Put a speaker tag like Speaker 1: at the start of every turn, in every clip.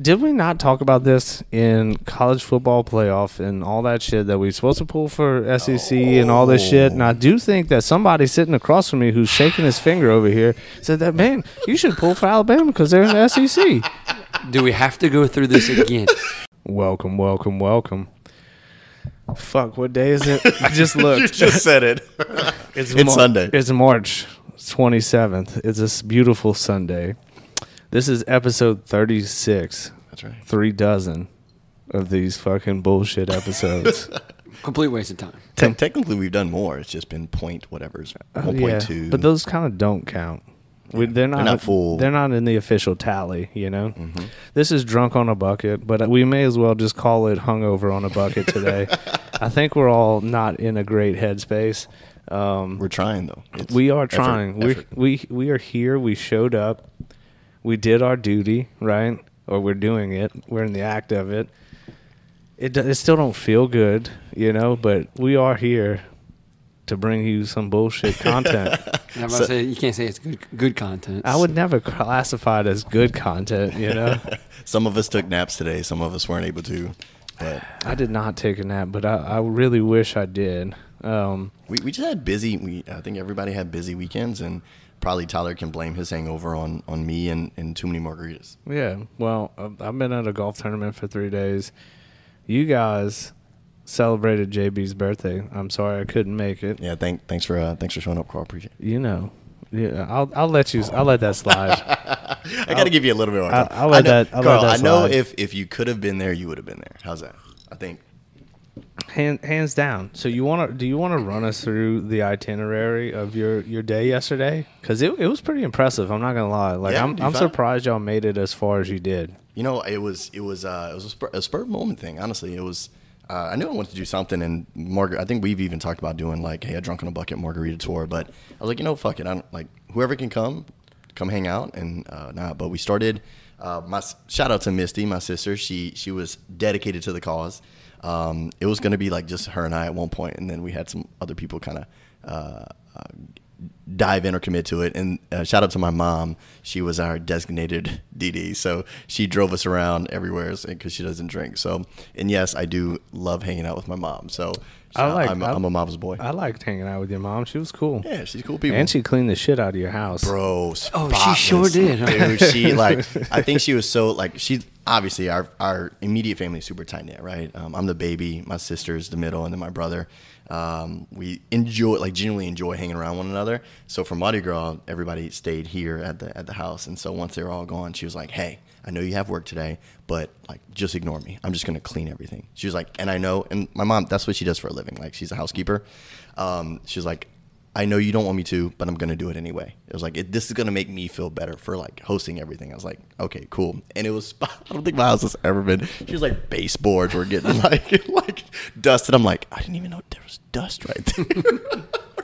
Speaker 1: did we not talk about this in college football playoff and all that shit that we supposed to pull for SEC and all this shit? And I do think that somebody sitting across from me who's shaking his finger over here said that man, you should pull for Alabama because they're in the E SEC.
Speaker 2: Do we have to go through this again?
Speaker 1: Welcome, welcome, welcome. Fuck, what day is it? I just looked.
Speaker 3: just said it. It's Sunday.
Speaker 1: It's March 27th. It's this beautiful Sunday. This is episode 36.
Speaker 3: That's right.
Speaker 1: Three dozen of these fucking bullshit episodes.
Speaker 2: Complete waste of time.
Speaker 3: Te- technically, we've done more. It's just been point whatever's one point two.
Speaker 1: Uh, But those kind of don't count. We, they're not,
Speaker 3: not full. Mm-hmm.
Speaker 1: They're not in the official tally, you know. This is drunk on a bucket, but we may as well just call it hungover on a bucket today. I think we're all not in a great headspace. Um,
Speaker 3: we're trying though. It's
Speaker 1: we are
Speaker 3: effort,
Speaker 1: trying. We
Speaker 3: effort.
Speaker 1: we we are here. We showed up. We did our duty, right? Or we're doing it. We're in the act of it. It do- it still don't feel good, you know. But we are here to bring you some bullshit content.
Speaker 2: And I'm about to say, you can't say it's good, good content.
Speaker 1: I would never classify it as good content, you know.
Speaker 3: Some of us took naps today. Some of us weren't able to. But
Speaker 1: I did not take a nap, but I, I really wish I did. Um,
Speaker 3: we, we just had busy. We I think everybody had busy weekends, and probably Tyler can blame his hangover on on me and and too many margaritas.
Speaker 1: yeah, well, I've- I've been at a golf tournament for three days. You guys celebrated JB's birthday. I'm sorry I couldn't make it.
Speaker 3: Yeah. Thank thanks for uh, thanks for showing up, Carl. Appreciate it.
Speaker 1: You know, yeah, I'll I'll let you. I'll let that slide.
Speaker 3: I got to give you a little bit more.
Speaker 1: I'll-
Speaker 3: Time.
Speaker 1: I'll let
Speaker 3: I know,
Speaker 1: that- I'll let
Speaker 3: Carl,
Speaker 1: that
Speaker 3: I know
Speaker 1: slide.
Speaker 3: if if you could have been there, you would have been there. How's that? I think.
Speaker 1: Hand, hands down. So you want to? Do you want to run us through the itinerary of your your day yesterday? Because it it was pretty impressive. I'm not gonna lie. Like
Speaker 3: Yeah,
Speaker 1: I'm
Speaker 3: you
Speaker 1: I'm
Speaker 3: found-
Speaker 1: surprised y'all made it as far as you did.
Speaker 3: You know, it was it was uh, it was a spur, a spur of the moment thing. Honestly, it was. Uh, I knew I wanted to do something, and Margaret. I think we've even talked about doing like, hey, a drunk on a bucket margarita tour. But I was like, you know, fuck it. I don't like whoever can come, come hang out and uh, nah. But we started. Uh, my s- shout out to Misty, my sister. She she was dedicated to the cause. Um, it was gonna be like just her and I at one point, and then we had some other people kind of. Uh, uh, dive in or commit to it. And uh, shout out to my mom. She was our designated DD. So she drove us around everywhere because she doesn't drink. So, and yes, I do love hanging out with my mom. So
Speaker 1: I like-
Speaker 3: I'm,
Speaker 1: I-
Speaker 3: I'm a mom's boy.
Speaker 1: I liked hanging out with your mom. She was cool.
Speaker 3: yeah, she's cool people.
Speaker 1: And she cleaned the shit out of your house.
Speaker 3: Bro,
Speaker 2: Oh, she sure
Speaker 3: spotless.
Speaker 2: did, huh?
Speaker 3: Dude, she like I think she was so like she obviously our our immediate family is super tight knit, right? Um, I'm the baby, my sister's the middle, and then my brother. Um, we enjoy like genuinely enjoy hanging around one another. So for Mardi Gras, everybody stayed here at the at the house, and so once they were all gone, she was like, "Hey, I know you have work today, but like just ignore me. I'm just gonna clean everything." She was like, "And I know," and my mom that's what she does for a living. Like she's a housekeeper. Um, she's like, I know you don't want me to, but I'm gonna do it anyway. It was like it, this is gonna make me feel better for like hosting everything. I was like, okay, cool. And it was I don't think my house has ever been. She was like baseboards were getting like like dust, and I'm like, I didn't even know there was dust right there.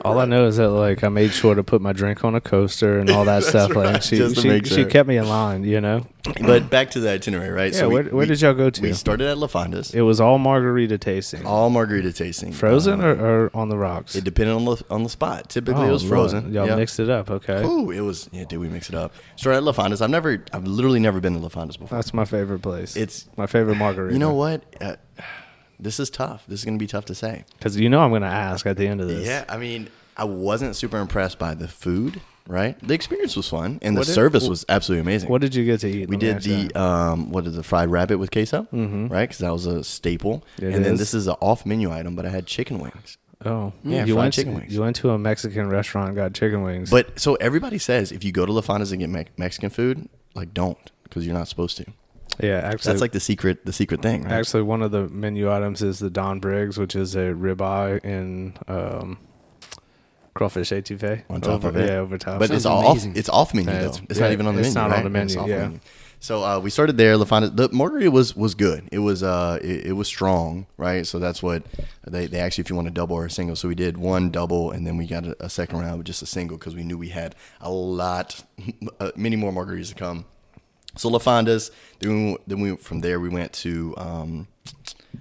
Speaker 1: All I know is that like I made sure to put my drink on a coaster and all that stuff. Like
Speaker 3: right,
Speaker 1: she
Speaker 3: just to
Speaker 1: she,
Speaker 3: make
Speaker 1: she
Speaker 3: sure.
Speaker 1: kept me in line, you know.
Speaker 3: but back to the itinerary, right?
Speaker 1: Yeah, where- where did y'all go to?
Speaker 3: We started at La Fonda's,
Speaker 1: It was all margarita tasting.
Speaker 3: all margarita tasting,
Speaker 1: frozen
Speaker 3: Uh,
Speaker 1: or, or on the rocks?
Speaker 3: it depended on the on the spot. Typically, it
Speaker 1: Oh,
Speaker 3: was
Speaker 1: Lord.
Speaker 3: frozen.
Speaker 1: Y'all
Speaker 3: Yeah.
Speaker 1: mixed it up, okay.
Speaker 3: Ooh, it was. Yeah, did we mix it up? Started at La Fonda's. I've never, I've literally never been to La Fonda's before.
Speaker 1: That's my favorite place.
Speaker 3: It's-
Speaker 1: my favorite margarita.
Speaker 3: You know what? Uh, this is tough. This is going to be tough to say.
Speaker 1: Because you know I'm gonna ask at the end of this.
Speaker 3: Yeah, I mean, I wasn't super impressed by the food, right? The experience was fun, and
Speaker 1: What
Speaker 3: the
Speaker 1: did-
Speaker 3: service was absolutely amazing.
Speaker 1: What did you get to eat?
Speaker 3: we
Speaker 1: Let me
Speaker 3: did
Speaker 1: ask you
Speaker 3: the
Speaker 1: that.
Speaker 3: um, what is the fried rabbit with queso, mm-hmm. right? Because that was a staple.
Speaker 1: It
Speaker 3: and then
Speaker 1: is.
Speaker 3: this is an off menu item, but I had chicken wings.
Speaker 1: oh
Speaker 3: uh, yeah,
Speaker 1: you
Speaker 3: fried
Speaker 1: went
Speaker 3: chicken
Speaker 1: to,
Speaker 3: wings.
Speaker 1: you went to a Mexican restaurant and got chicken wings.
Speaker 3: But so everybody says if you go to La Fonda's and get me- Mexican food, like don't because you're not supposed to.
Speaker 1: yeah, actually,
Speaker 3: That's like the secret, the secret thing, right?
Speaker 1: Actually, one of the menu items is the Don Briggs, which is a ribeye and um, crawfish etouffee.
Speaker 3: on top
Speaker 1: Over-
Speaker 3: of it.
Speaker 1: Yeah, over top.
Speaker 3: But
Speaker 1: Sounds
Speaker 3: it's off.
Speaker 2: amazing.
Speaker 3: It's off menu.
Speaker 1: Yeah,
Speaker 3: though.
Speaker 1: it's-
Speaker 3: It's
Speaker 1: yeah,
Speaker 3: not even on the
Speaker 1: it's
Speaker 3: menu.
Speaker 1: not on
Speaker 3: right?
Speaker 1: the menu,
Speaker 3: It's off
Speaker 1: yeah.
Speaker 3: So uh, we started there. La Fonda, the margarita was was good. It was uh it, it was strong, right? So that's what they they actually if you want a double or a single. So we did one double and then we got a, a second round with just a single because we knew we had a lot, uh, many more margaritas to come. So La Fonda's. Then we, then we from there we went to um,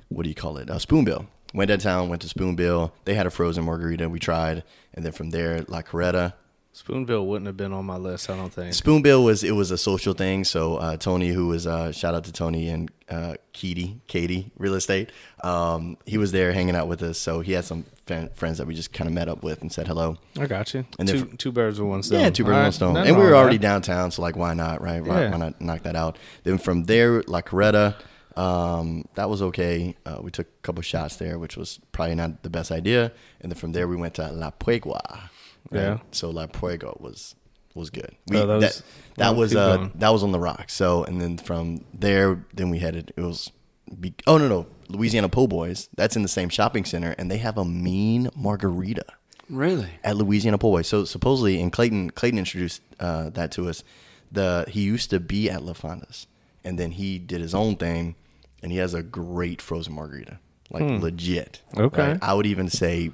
Speaker 3: what do you call it? Uh, Spoonbill. Went downtown, went to Spoonbill. They had a frozen margarita we tried, and then from there La Coretta.
Speaker 1: Spoonbill wouldn't have been on my list, I don't think.
Speaker 3: Spoonbill was it was a social thing. So uh, Tony, who was uh, shout out to Tony and uh, Katie, Katie Real Estate, um, he was there hanging out with us. So he had some fan, friends that we just kind of met up with and said hello.
Speaker 1: I got you.
Speaker 3: And
Speaker 1: two,
Speaker 3: if-
Speaker 1: two birds with one stone.
Speaker 3: Yeah, two birds
Speaker 1: All
Speaker 3: with one
Speaker 1: right,
Speaker 3: stone.
Speaker 1: nothing
Speaker 3: And we
Speaker 1: wrong
Speaker 3: were
Speaker 1: with
Speaker 3: already
Speaker 1: that.
Speaker 3: down, so like, why not, right? Why,
Speaker 1: Yeah.
Speaker 3: why not knock that out? Then from there, La Coretta, um, that was okay. Uh, we took a couple shots there, which was probably not the best idea. And then from there, we went to La Puegua.
Speaker 1: Yeah.
Speaker 3: So La Puegua was was good. We,
Speaker 1: Oh, that
Speaker 3: that
Speaker 1: was-
Speaker 3: was that,
Speaker 1: wow,
Speaker 3: was
Speaker 1: keep
Speaker 3: uh,
Speaker 1: going.
Speaker 3: that was on the rock. So and then from there, then we headed. It was. Be, oh no no. Louisiana Po' Boys. That's in the same shopping center, and they have a mean margarita
Speaker 2: Really?
Speaker 3: at Louisiana Po' Boy. So supposedly, and Clayton Clayton introduced uh, that to us. The he used to be at La Fonda's, and then he did his own thing, and he has a great frozen margarita, like legit.
Speaker 1: Okay.
Speaker 3: I would even say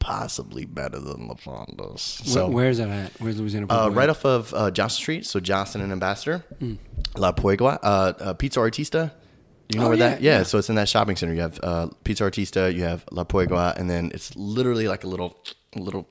Speaker 3: possibly better than La Fonda's. So
Speaker 2: Where, where's that at? Where's Louisiana?
Speaker 3: uh,
Speaker 2: Parkway?
Speaker 3: right off of uh, Johnson Street, so Johnson and Ambassador,
Speaker 2: Hmm.
Speaker 3: La Puegua, uh, uh, Pizza Artista. Do you know
Speaker 2: Oh,
Speaker 3: where
Speaker 2: yeah,
Speaker 3: that? Yeah,
Speaker 2: yeah.
Speaker 3: so it's in that shopping center. You have uh, Pizza Artista, you have La Puegua, and then it's literally like a little little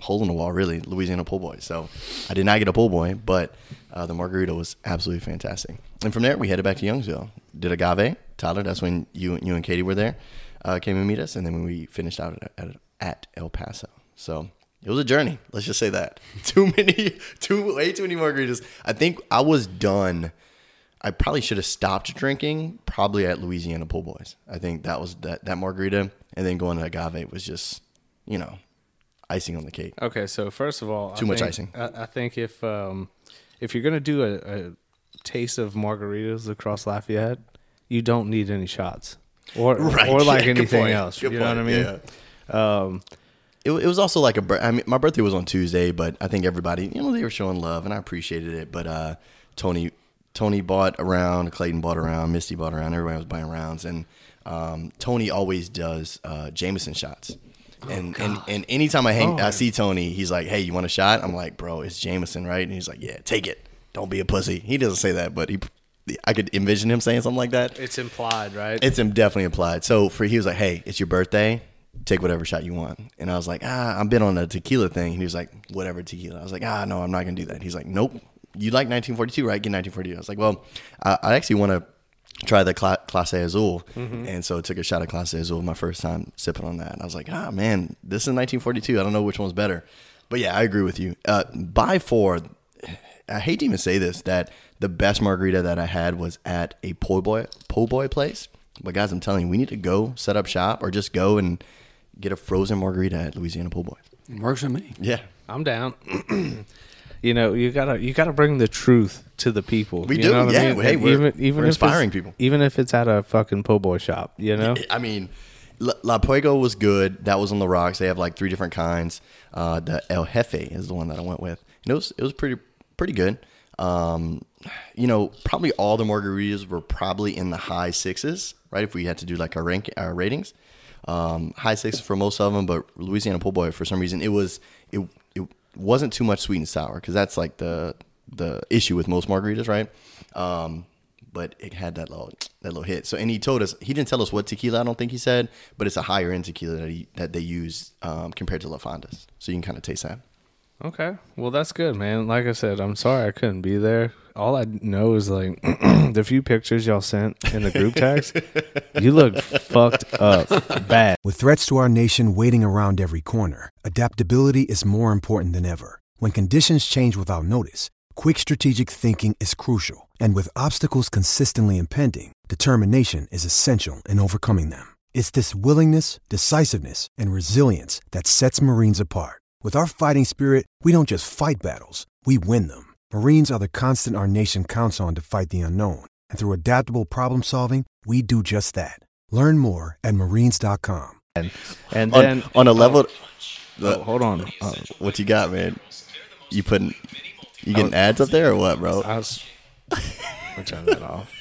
Speaker 3: hole in the wall, really. Louisiana pool boy. So I did not get a pool boy, but uh, the margarita was absolutely fantastic. And from there, we headed back to Youngsville. Did agave, Tyler. That's when you you and Katie were there, uh, came and meet us, and then when we finished out at, at, at El Paso. So it was a journey. Let's just say that. Too many, too way too many margaritas. I think I was done. I probably should have stopped drinking probably at Louisiana Pool Boys. I think that was that that margarita, and then going to agave was just, you know, icing on the cake.
Speaker 1: Okay, so first of all,
Speaker 3: Too
Speaker 1: I
Speaker 3: much
Speaker 1: think-
Speaker 3: icing.
Speaker 1: I, I think if um, if you're gonna do a, a taste of margaritas across Lafayette, you don't need any shots or
Speaker 3: Right,
Speaker 1: or like
Speaker 3: yeah, good
Speaker 1: anything
Speaker 3: point,
Speaker 1: else.
Speaker 3: good
Speaker 1: you know what I
Speaker 3: point,
Speaker 1: mean? Um,
Speaker 3: yeah. It, it was also like a. bir- I mean, my birthday was on Tuesday, but I think everybody, you know, they were showing love, and I appreciated it. But uh, Tony, Tony bought around, Clayton bought around, Misty bought around, everybody was buying rounds, and um, Tony always does uh, Jameson shots.
Speaker 1: Oh,
Speaker 3: And, and and anytime I hang, I see Tony, he's like, "Hey, you want a shot?" I'm like, "Bro, it's Jameson, right?" And he's like, "Yeah, take it. Don't be a pussy." He doesn't say that, but he, I could envision him saying something like that.
Speaker 1: It's implied, right?
Speaker 3: It's um, definitely implied. So for he was like, "Hey, it's your birthday. Take whatever shot you want." And I was like, "Ah, I've been on a tequila thing." And he was like, "Whatever tequila." I was like, "Ah, no, I'm not gonna do that." He's like, "Nope. You like 1942, right? Get 1942." I was like, "Well, I, I actually want to try the Cla- Clase Azul." And so I took a shot of Clase Azul my first time sipping on that. And I was like, "Ah, man, this is 1942. I don't know which one's better." But yeah, I agree with you. Uh, by four, I hate to even say this that the best margarita that I had was at a po' boy po' boy place. But guys, I'm telling you, we need to go set up shop or just go and get a frozen margarita at Louisiana Po' Boy.
Speaker 2: It works for me.
Speaker 3: Yeah,
Speaker 1: I'm down. you know, you gotta you gotta bring the truth to the people.
Speaker 3: We
Speaker 1: you
Speaker 3: do,
Speaker 1: Know what I
Speaker 3: yeah.
Speaker 1: mean?
Speaker 3: Hey,
Speaker 1: And
Speaker 3: we're- we're
Speaker 1: if it's-
Speaker 3: inspiring people.
Speaker 1: Even if it's at a fucking po' boy shop, you know.
Speaker 3: I mean, La La Puego was good. That was on the rocks. They have like three different kinds. Uh, the El Jefe is the one that I went with, and it was it was pretty pretty good. Um, you know, probably all the margaritas were probably in the high sixes, right? If we had to do like our rank our ratings, um, high sixes for most of them, but Louisiana Po' Boy for some reason it was it it wasn't too much sweet and sour because that's like the the issue with most margaritas, right? Um, but it had that little that little hit. So and he told us he didn't tell us what tequila. I don't think he said, but it's a higher end tequila that he, that they use um, compared to La Fonda's. So you can kind of taste that.
Speaker 1: Okay. Well, that's good, man. Like I said, I'm sorry I couldn't be there. All I know is like the few pictures y'all sent in the group text. you look fucked up bad.
Speaker 4: With threats to our nation waiting around every corner, adaptability is more important than ever. When conditions change without notice, quick strategic thinking is crucial, and with obstacles consistently impending, determination is essential in overcoming them. It's this willingness, decisiveness, and resilience that sets Marines apart. With our fighting spirit, we don't just fight battles, we win them. Marines are the constant our nation counts on to fight the unknown, and through adaptable problem solving, we do just that. Learn more at marines.com.
Speaker 1: And
Speaker 3: On,
Speaker 1: then
Speaker 3: on a level,
Speaker 1: oh, hold on. Uh,
Speaker 3: what you got, man? You putting you getting
Speaker 1: Oh.
Speaker 3: ads up there or what, bro?
Speaker 1: I was. I'll turn that off.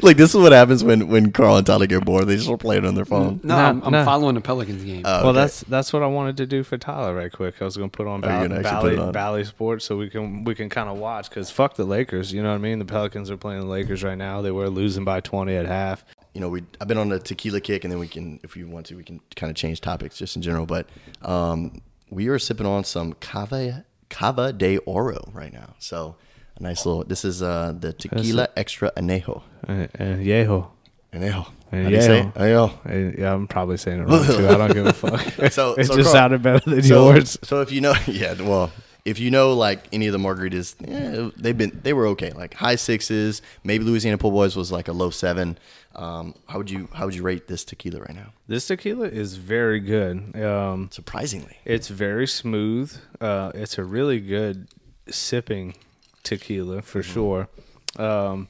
Speaker 3: Like this is what happens when when Carl and Tyler get bored. They just will play it on their phone.
Speaker 1: No,
Speaker 2: No, I'm, I'm
Speaker 1: no.
Speaker 2: following the Pelicans game.
Speaker 1: Well, that's that's what I wanted to do for Tyler right quick. I was gonna put on
Speaker 3: Oh,
Speaker 1: Bally,
Speaker 3: you're gonna actually
Speaker 1: Bally,
Speaker 3: put it on.
Speaker 1: Bally Sports so we can we can kind of watch because fuck the Lakers. You know what I mean? The Pelicans are playing the Lakers right now. They were losing by 20 at half.
Speaker 3: you know, we I've been on a tequila kick, and then we can, if you want to, we can kind of change topics just in general. But um, we are sipping on some cava cava de oro right now. So a nice little. This is uh, the tequila extra anejo.
Speaker 1: Uh, uh, yeho.
Speaker 3: Anejo.
Speaker 1: Anejo.
Speaker 3: How do you say it? anejo?
Speaker 1: Uh, yeah, I'm probably saying it wrong too. I don't give a fuck.
Speaker 3: So-
Speaker 1: it just
Speaker 3: so Carl-
Speaker 1: sounded better than
Speaker 3: so,
Speaker 1: yours.
Speaker 3: So if you know, yeah, well, if you know like any of the margaritas, eh, they've been they were okay, like high sixes. Maybe Louisiana Pool Boys was like a low seven. Um, how would you how would you rate this tequila right now?
Speaker 1: This tequila is very good. Um,
Speaker 3: Surprisingly,
Speaker 1: It's very smooth. Uh, it's a really good sipping tequila for
Speaker 3: Mm-hmm.
Speaker 1: sure. Um,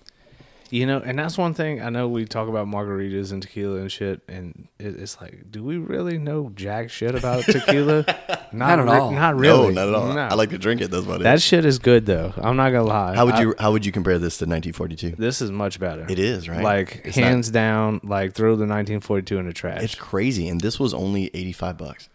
Speaker 1: you know, and that's one thing I know we talk about margaritas and tequila and shit, and it, it's like, do we really know jack shit about tequila? not,
Speaker 2: at all.
Speaker 1: Not really.
Speaker 3: no, not at all.
Speaker 1: No.
Speaker 3: I like to drink it. That's about it.
Speaker 1: that shit is good though. I'm not gonna lie.
Speaker 3: how would
Speaker 1: I-
Speaker 3: you how would you compare this to 1942?
Speaker 1: this is much better.
Speaker 3: It is, right?
Speaker 1: Like
Speaker 3: It's not-
Speaker 1: hands down. Like throw the 1942 in the trash.
Speaker 3: It's crazy, and this was only 85 bucks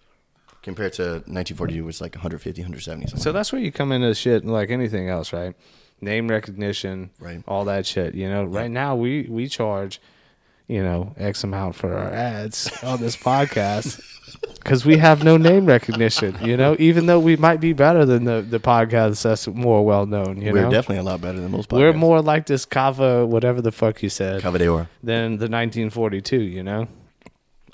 Speaker 3: compared to 1942, which is like 150, 170. Something.
Speaker 1: So that's where you come into shit like anything else, right? Name recognition,
Speaker 3: Right.
Speaker 1: All that shit. You know, right now we we charge, you know, X amount for our ads on this podcast because we have no name recognition. You know, even though we might be better than the the podcast that's more well known. You
Speaker 3: we're
Speaker 1: know,
Speaker 3: definitely a lot better than most. Podcasts.
Speaker 1: we're more like this cava, whatever the fuck you said,
Speaker 3: Cava de Oro.
Speaker 1: than the 1942. You know,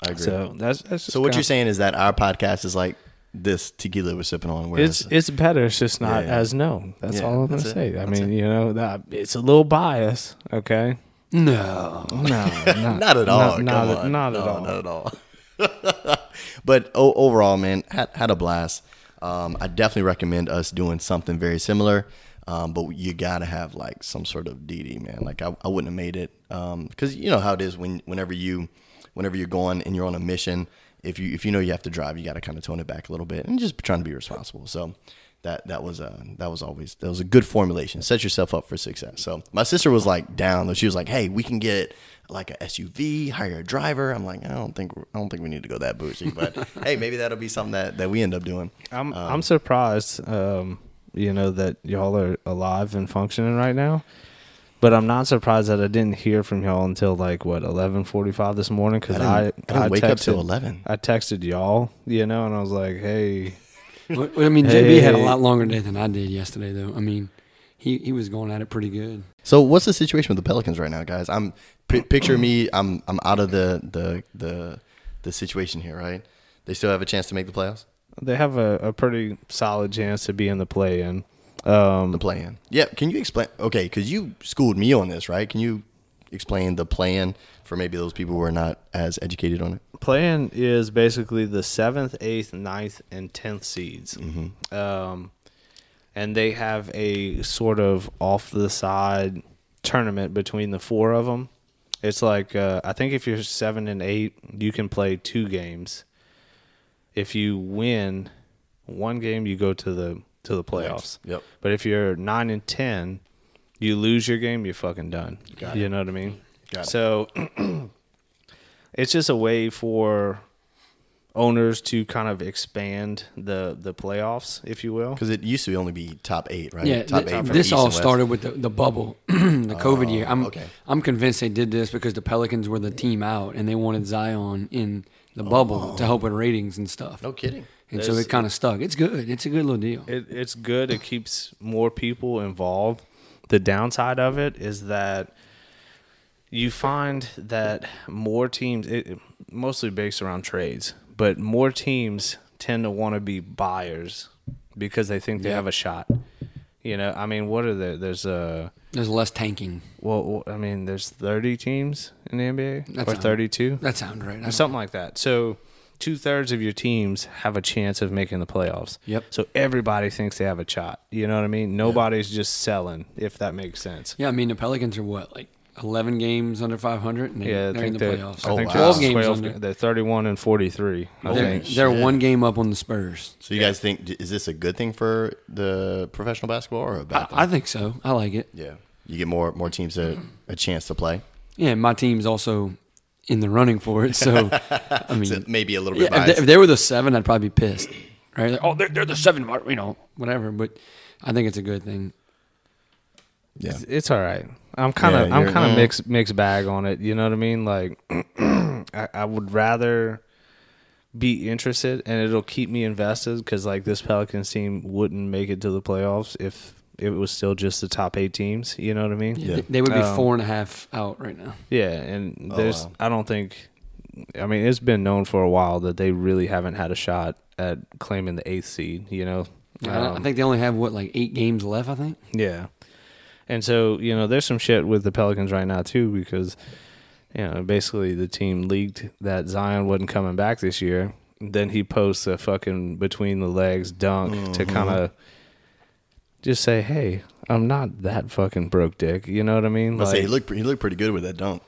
Speaker 3: I agree. So,
Speaker 1: so that's that's just
Speaker 3: what
Speaker 1: kinda-
Speaker 3: you're saying is that our podcast is like this tequila we're sipping on. Whereas
Speaker 1: It's it's better. It's just not
Speaker 3: Yeah, yeah.
Speaker 1: as known. That's
Speaker 3: Yeah,
Speaker 1: all I'm gonna
Speaker 3: that's it.
Speaker 1: say. I
Speaker 3: That's
Speaker 1: mean, you know, that it's a little bias. Okay.
Speaker 2: No.
Speaker 1: No, not,
Speaker 3: not at all.
Speaker 1: Not, not,
Speaker 3: Come on.
Speaker 1: not at
Speaker 3: No,
Speaker 1: all.
Speaker 3: Not at all. but o- overall, man, had, had a blast. Um, I definitely recommend us doing something very similar. Um, but you gotta have like some sort of DD, man. Like I, I wouldn't have made it because you know how it is when whenever you whenever you're going and you're on a mission. If you if you know you have to drive, you gotta kind of tone it back a little bit and just trying to be responsible. So that that was uh that was always that was a good formulation. Set yourself up for success. So my sister was like down though. She was like, "Hey, we can get like a SUV, hire a driver." I'm like, "I don't think I don't think we need to go that bougie, but hey, maybe that'll be something that that we end up doing." Uh,
Speaker 1: I'm I'm surprised. Um, you know that y'all are alive and functioning right now. But I'm not surprised that I didn't hear from y'all until like what 11:45 this morning because
Speaker 3: I
Speaker 1: I
Speaker 3: didn't- I didn't wake
Speaker 1: texted,
Speaker 3: up till 11.
Speaker 1: I texted y'all, you know, and I was like, "Hey,
Speaker 2: Well, I mean, JB had a
Speaker 1: Hey.
Speaker 2: lot longer day than I did yesterday, though. I mean, he, he was going at it pretty good.
Speaker 3: So what's the situation with the Pelicans right now, guys? I'm pi picture me. I'm I'm out of the the the the situation here, right? They still have a chance to make the playoffs,
Speaker 1: they have a, a pretty solid chance to be in the play-in." Um,
Speaker 3: the play-in. Yeah, can you explain? Okay, because you schooled me on this, right? Can you explain the plan for maybe those people who are not as educated on it?
Speaker 1: plan is basically the seventh, eighth, ninth, and tenth seeds,
Speaker 3: Mm-hmm.
Speaker 1: um, and they have a sort of off the side tournament between the four of them. It's like uh, I think if you're seven and eight, you can play two games. If you win one game, you go to the to the playoffs.
Speaker 3: Yep.
Speaker 1: But if you're nine and ten, you lose your game, you're fucking done.
Speaker 3: Got
Speaker 1: you know what I mean?
Speaker 3: Got it.
Speaker 1: so it's just a way for owners to kind of expand the the playoffs, if you will.
Speaker 3: Because it used to only be top eight, right?
Speaker 2: Yeah,
Speaker 3: top
Speaker 2: th-
Speaker 3: from
Speaker 2: this
Speaker 3: East
Speaker 2: all
Speaker 3: and West. Oh,
Speaker 2: started with the, the bubble, the COVID year. I'm
Speaker 3: okay.
Speaker 2: I'm convinced they did this because the Pelicans were the team out and they wanted Zion in the bubble
Speaker 3: Oh.
Speaker 2: to help with ratings and stuff.
Speaker 3: No kidding.
Speaker 2: And so it kind of stuck. It's good. It's a good little deal.
Speaker 1: It, it's good. It keeps more people involved. The downside of it is that you find that more teams, it, it- mostly based around trades, but more teams tend to want to be buyers because they think they have a shot. You know, I mean, what are the there's a
Speaker 2: There's less tanking.
Speaker 1: well, I mean, there's 30 teams in the NBA
Speaker 2: That's
Speaker 1: or
Speaker 2: not-
Speaker 1: 32,
Speaker 2: That sounds right. I don't-
Speaker 1: something like that. So two thirds of your teams have a chance of making the playoffs.
Speaker 2: Yep.
Speaker 1: So everybody thinks they have a shot. You know what I mean? Nobody's just selling, if that makes sense.
Speaker 2: Yeah, I mean the Pelicans are what like 11 games under 500, and they,
Speaker 1: Yeah, I
Speaker 2: they're in
Speaker 1: think
Speaker 2: the
Speaker 1: they're,
Speaker 2: playoffs.
Speaker 1: I think
Speaker 3: Oh, wow.
Speaker 1: they're
Speaker 2: 12 games
Speaker 1: 12
Speaker 2: under.
Speaker 1: ga- They're 31 and 43. I
Speaker 2: They're,
Speaker 1: think.
Speaker 2: they're one game up on the Spurs.
Speaker 3: So you guys think d- is this a good thing for the professional basketball or a bad
Speaker 2: I,
Speaker 3: thing?
Speaker 2: I think so. I like it.
Speaker 3: yeah, you get more more teams a, a chance to play.
Speaker 2: Yeah, my team's also in the running for it. So I mean,
Speaker 3: So maybe a little bit.
Speaker 2: Yeah, if,
Speaker 3: biased.
Speaker 2: they, if they were the seven, I'd probably be pissed. Right? Like, oh, they're, they're the seven, but, you know, whatever. But I think it's a good thing.
Speaker 3: yeah.
Speaker 1: It's all right. I'm kind of
Speaker 3: Yeah,
Speaker 1: I'm
Speaker 3: you're-
Speaker 1: kind of
Speaker 3: mm.
Speaker 1: mixed mixed bag on it. You know what I mean? Like I, I would rather be interested and it'll keep me invested because like this Pelicans team wouldn't make it to the playoffs if it was still just the top eight teams. You know what I mean?
Speaker 3: Yeah.
Speaker 2: They, they would be
Speaker 1: Um,
Speaker 2: four and a half out right now.
Speaker 1: Yeah, and there's
Speaker 3: Oh, wow.
Speaker 1: I don't think I mean it's been known for a while that they really haven't had a shot at claiming the eighth seed, you know.
Speaker 2: I don't- I
Speaker 1: Um,
Speaker 2: think they only have what like eight games left. I think.
Speaker 1: yeah. And so, you know, there's some shit with the Pelicans right now too because you know, basically the team leaked that Zion wasn't coming back this year. Then he posts a fucking between the legs dunk to
Speaker 3: Mm-hmm.
Speaker 1: kind of just say, "Hey, I'm not that fucking broke dick." You know what I mean?
Speaker 3: I say he looked pre- he looked pretty good with that dunk.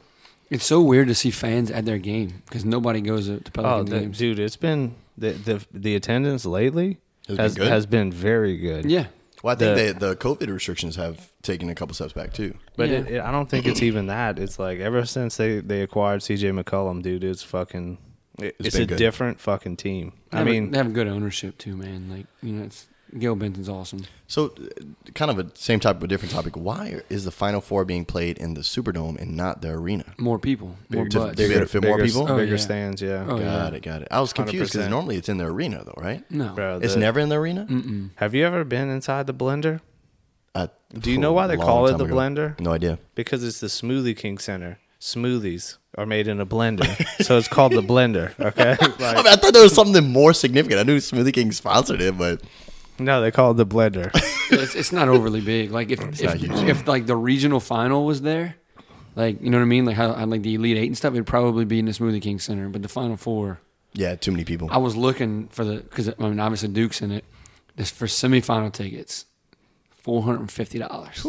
Speaker 2: It's so weird to see fans at their game because nobody goes to
Speaker 1: Oh,
Speaker 2: Pelican
Speaker 1: the-
Speaker 2: games.
Speaker 1: dude, it's been the the, the attendance lately
Speaker 3: Has
Speaker 1: has
Speaker 3: been
Speaker 1: has been,
Speaker 3: good?
Speaker 1: very good.
Speaker 2: Yeah,
Speaker 3: Well, I think
Speaker 1: The-
Speaker 3: they, the COVID restrictions have taken a couple steps back too.
Speaker 1: but
Speaker 2: Yeah.
Speaker 1: It, it, I don't think it's even that. It's like ever since they they acquired C.J. McCollum, dude, it's fucking it,
Speaker 3: It's
Speaker 1: it's,
Speaker 3: been
Speaker 1: a
Speaker 3: good.
Speaker 1: different fucking team.
Speaker 2: They
Speaker 1: I
Speaker 2: have a-
Speaker 1: mean,
Speaker 2: they have good ownership too, man. Like you know, it's Gail Benton's awesome.
Speaker 3: So, uh, kind of a same type but different topic. Why is the Final Four being played in the Superdome and not the arena?
Speaker 2: More people, more
Speaker 3: Bigger-
Speaker 2: butts.
Speaker 3: bigger-
Speaker 1: bigger,
Speaker 3: fit more
Speaker 1: bigger-
Speaker 3: people?
Speaker 2: Oh,
Speaker 1: bigger
Speaker 2: yeah.
Speaker 1: stands. Yeah,
Speaker 2: Oh, yeah.
Speaker 3: got it, got it. I was confused because
Speaker 1: 100%.
Speaker 3: normally it's in the arena though, right?
Speaker 2: No,
Speaker 1: Bro,
Speaker 3: It's
Speaker 1: the-
Speaker 3: never in the arena.
Speaker 2: Mm-mm.
Speaker 1: Have you ever been inside the blender?
Speaker 3: I-
Speaker 1: Do you know why they
Speaker 3: long
Speaker 1: call it
Speaker 3: time
Speaker 1: the
Speaker 3: ago.
Speaker 1: blender?
Speaker 3: No idea.
Speaker 1: Because it's the Smoothie King Center. Smoothies are made in a blender, so it's called the blender. Okay,
Speaker 3: I,
Speaker 1: Like-
Speaker 3: mean, I thought there was something more significant. I knew Smoothie King sponsored it, but
Speaker 1: no, they call it the blender.
Speaker 2: it's, it's not overly big. Like if if,
Speaker 3: not huge.
Speaker 2: if like the regional final was there, like you know what I mean, like how like the Elite Eight and stuff, it'd probably be in the Smoothie King Center. But the Final Four,
Speaker 3: yeah, too many people.
Speaker 2: I was looking for the because I mean obviously Duke's in it. This for semifinal tickets, four hundred and fifty dollars.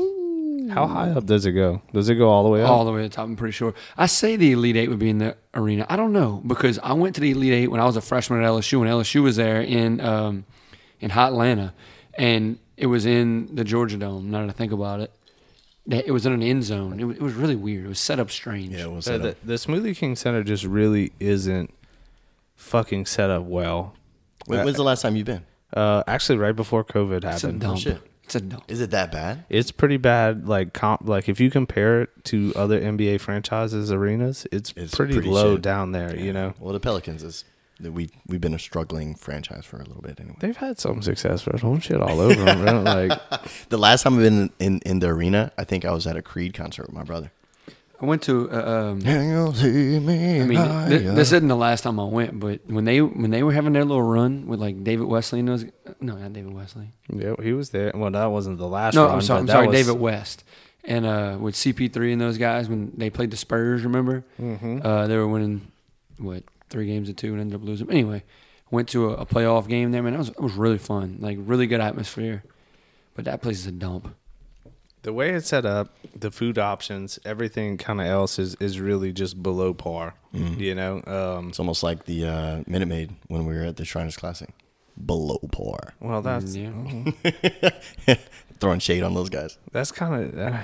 Speaker 1: How high up does it go? Does it go all the way up?
Speaker 2: all the way to the top. I'm pretty sure. I say the Elite Eight would be in the arena. I don't know because I went to the Elite Eight when I was a freshman at LSU, and LSU was there in um, in Hot Atlanta, and it was in the Georgia Dome. Now that I think about it, that it was in an end zone. It was, it was really weird. It was set up strange.
Speaker 3: yeah, it was
Speaker 1: So
Speaker 3: set
Speaker 1: the,
Speaker 3: up.
Speaker 1: the Smoothie King Center just really isn't fucking set up well.
Speaker 3: When, when's the last time you've been?
Speaker 1: Uh, actually, right before COVID
Speaker 2: it's a
Speaker 1: happened,
Speaker 2: dump.
Speaker 3: shit.
Speaker 2: It's a dump.
Speaker 3: Is it that bad?
Speaker 1: it's pretty bad. Like comp, like if you compare it to other NBA franchises arenas, it's,
Speaker 3: It's
Speaker 1: pretty,
Speaker 3: pretty
Speaker 1: low
Speaker 3: shit.
Speaker 1: down there. You know,
Speaker 3: Well, the Pelicans is that we we've been a struggling franchise for a little bit anyway.
Speaker 1: they've had some success, but don't shit all over them. Bro. Like,
Speaker 3: The last time I've been in, in, in the arena, I think I was at a Creed concert with my brother.
Speaker 2: I went to. Uh, um,
Speaker 3: And you'll see me
Speaker 2: I mean, th-
Speaker 3: higher.
Speaker 2: this isn't the last time I went, but when they when they were having their little run with like David Wesley and those, no, not David Wesley.
Speaker 1: yeah, he was there. Well, that wasn't the last.
Speaker 2: No,
Speaker 1: run,
Speaker 2: I'm sorry.
Speaker 1: but
Speaker 2: I'm
Speaker 1: that
Speaker 2: sorry,
Speaker 1: was-
Speaker 2: David West, and uh, with CP3 and those guys when they played the Spurs. Remember, uh, they were winning what three games to two and ended up losing. Anyway, went to a, a playoff game there, man. That was it was really fun. Like really good atmosphere, but that place is a dump.
Speaker 1: The way it's set up, the food options, everything kind of else is is really just below par.
Speaker 3: Mm.
Speaker 1: You know, um,
Speaker 3: It's almost like the uh, Minute Maid when we were at the Shriners Classic. Below par.
Speaker 1: well, that's
Speaker 2: Yeah.
Speaker 3: Throwing shade on those guys.
Speaker 1: That's kind of uh,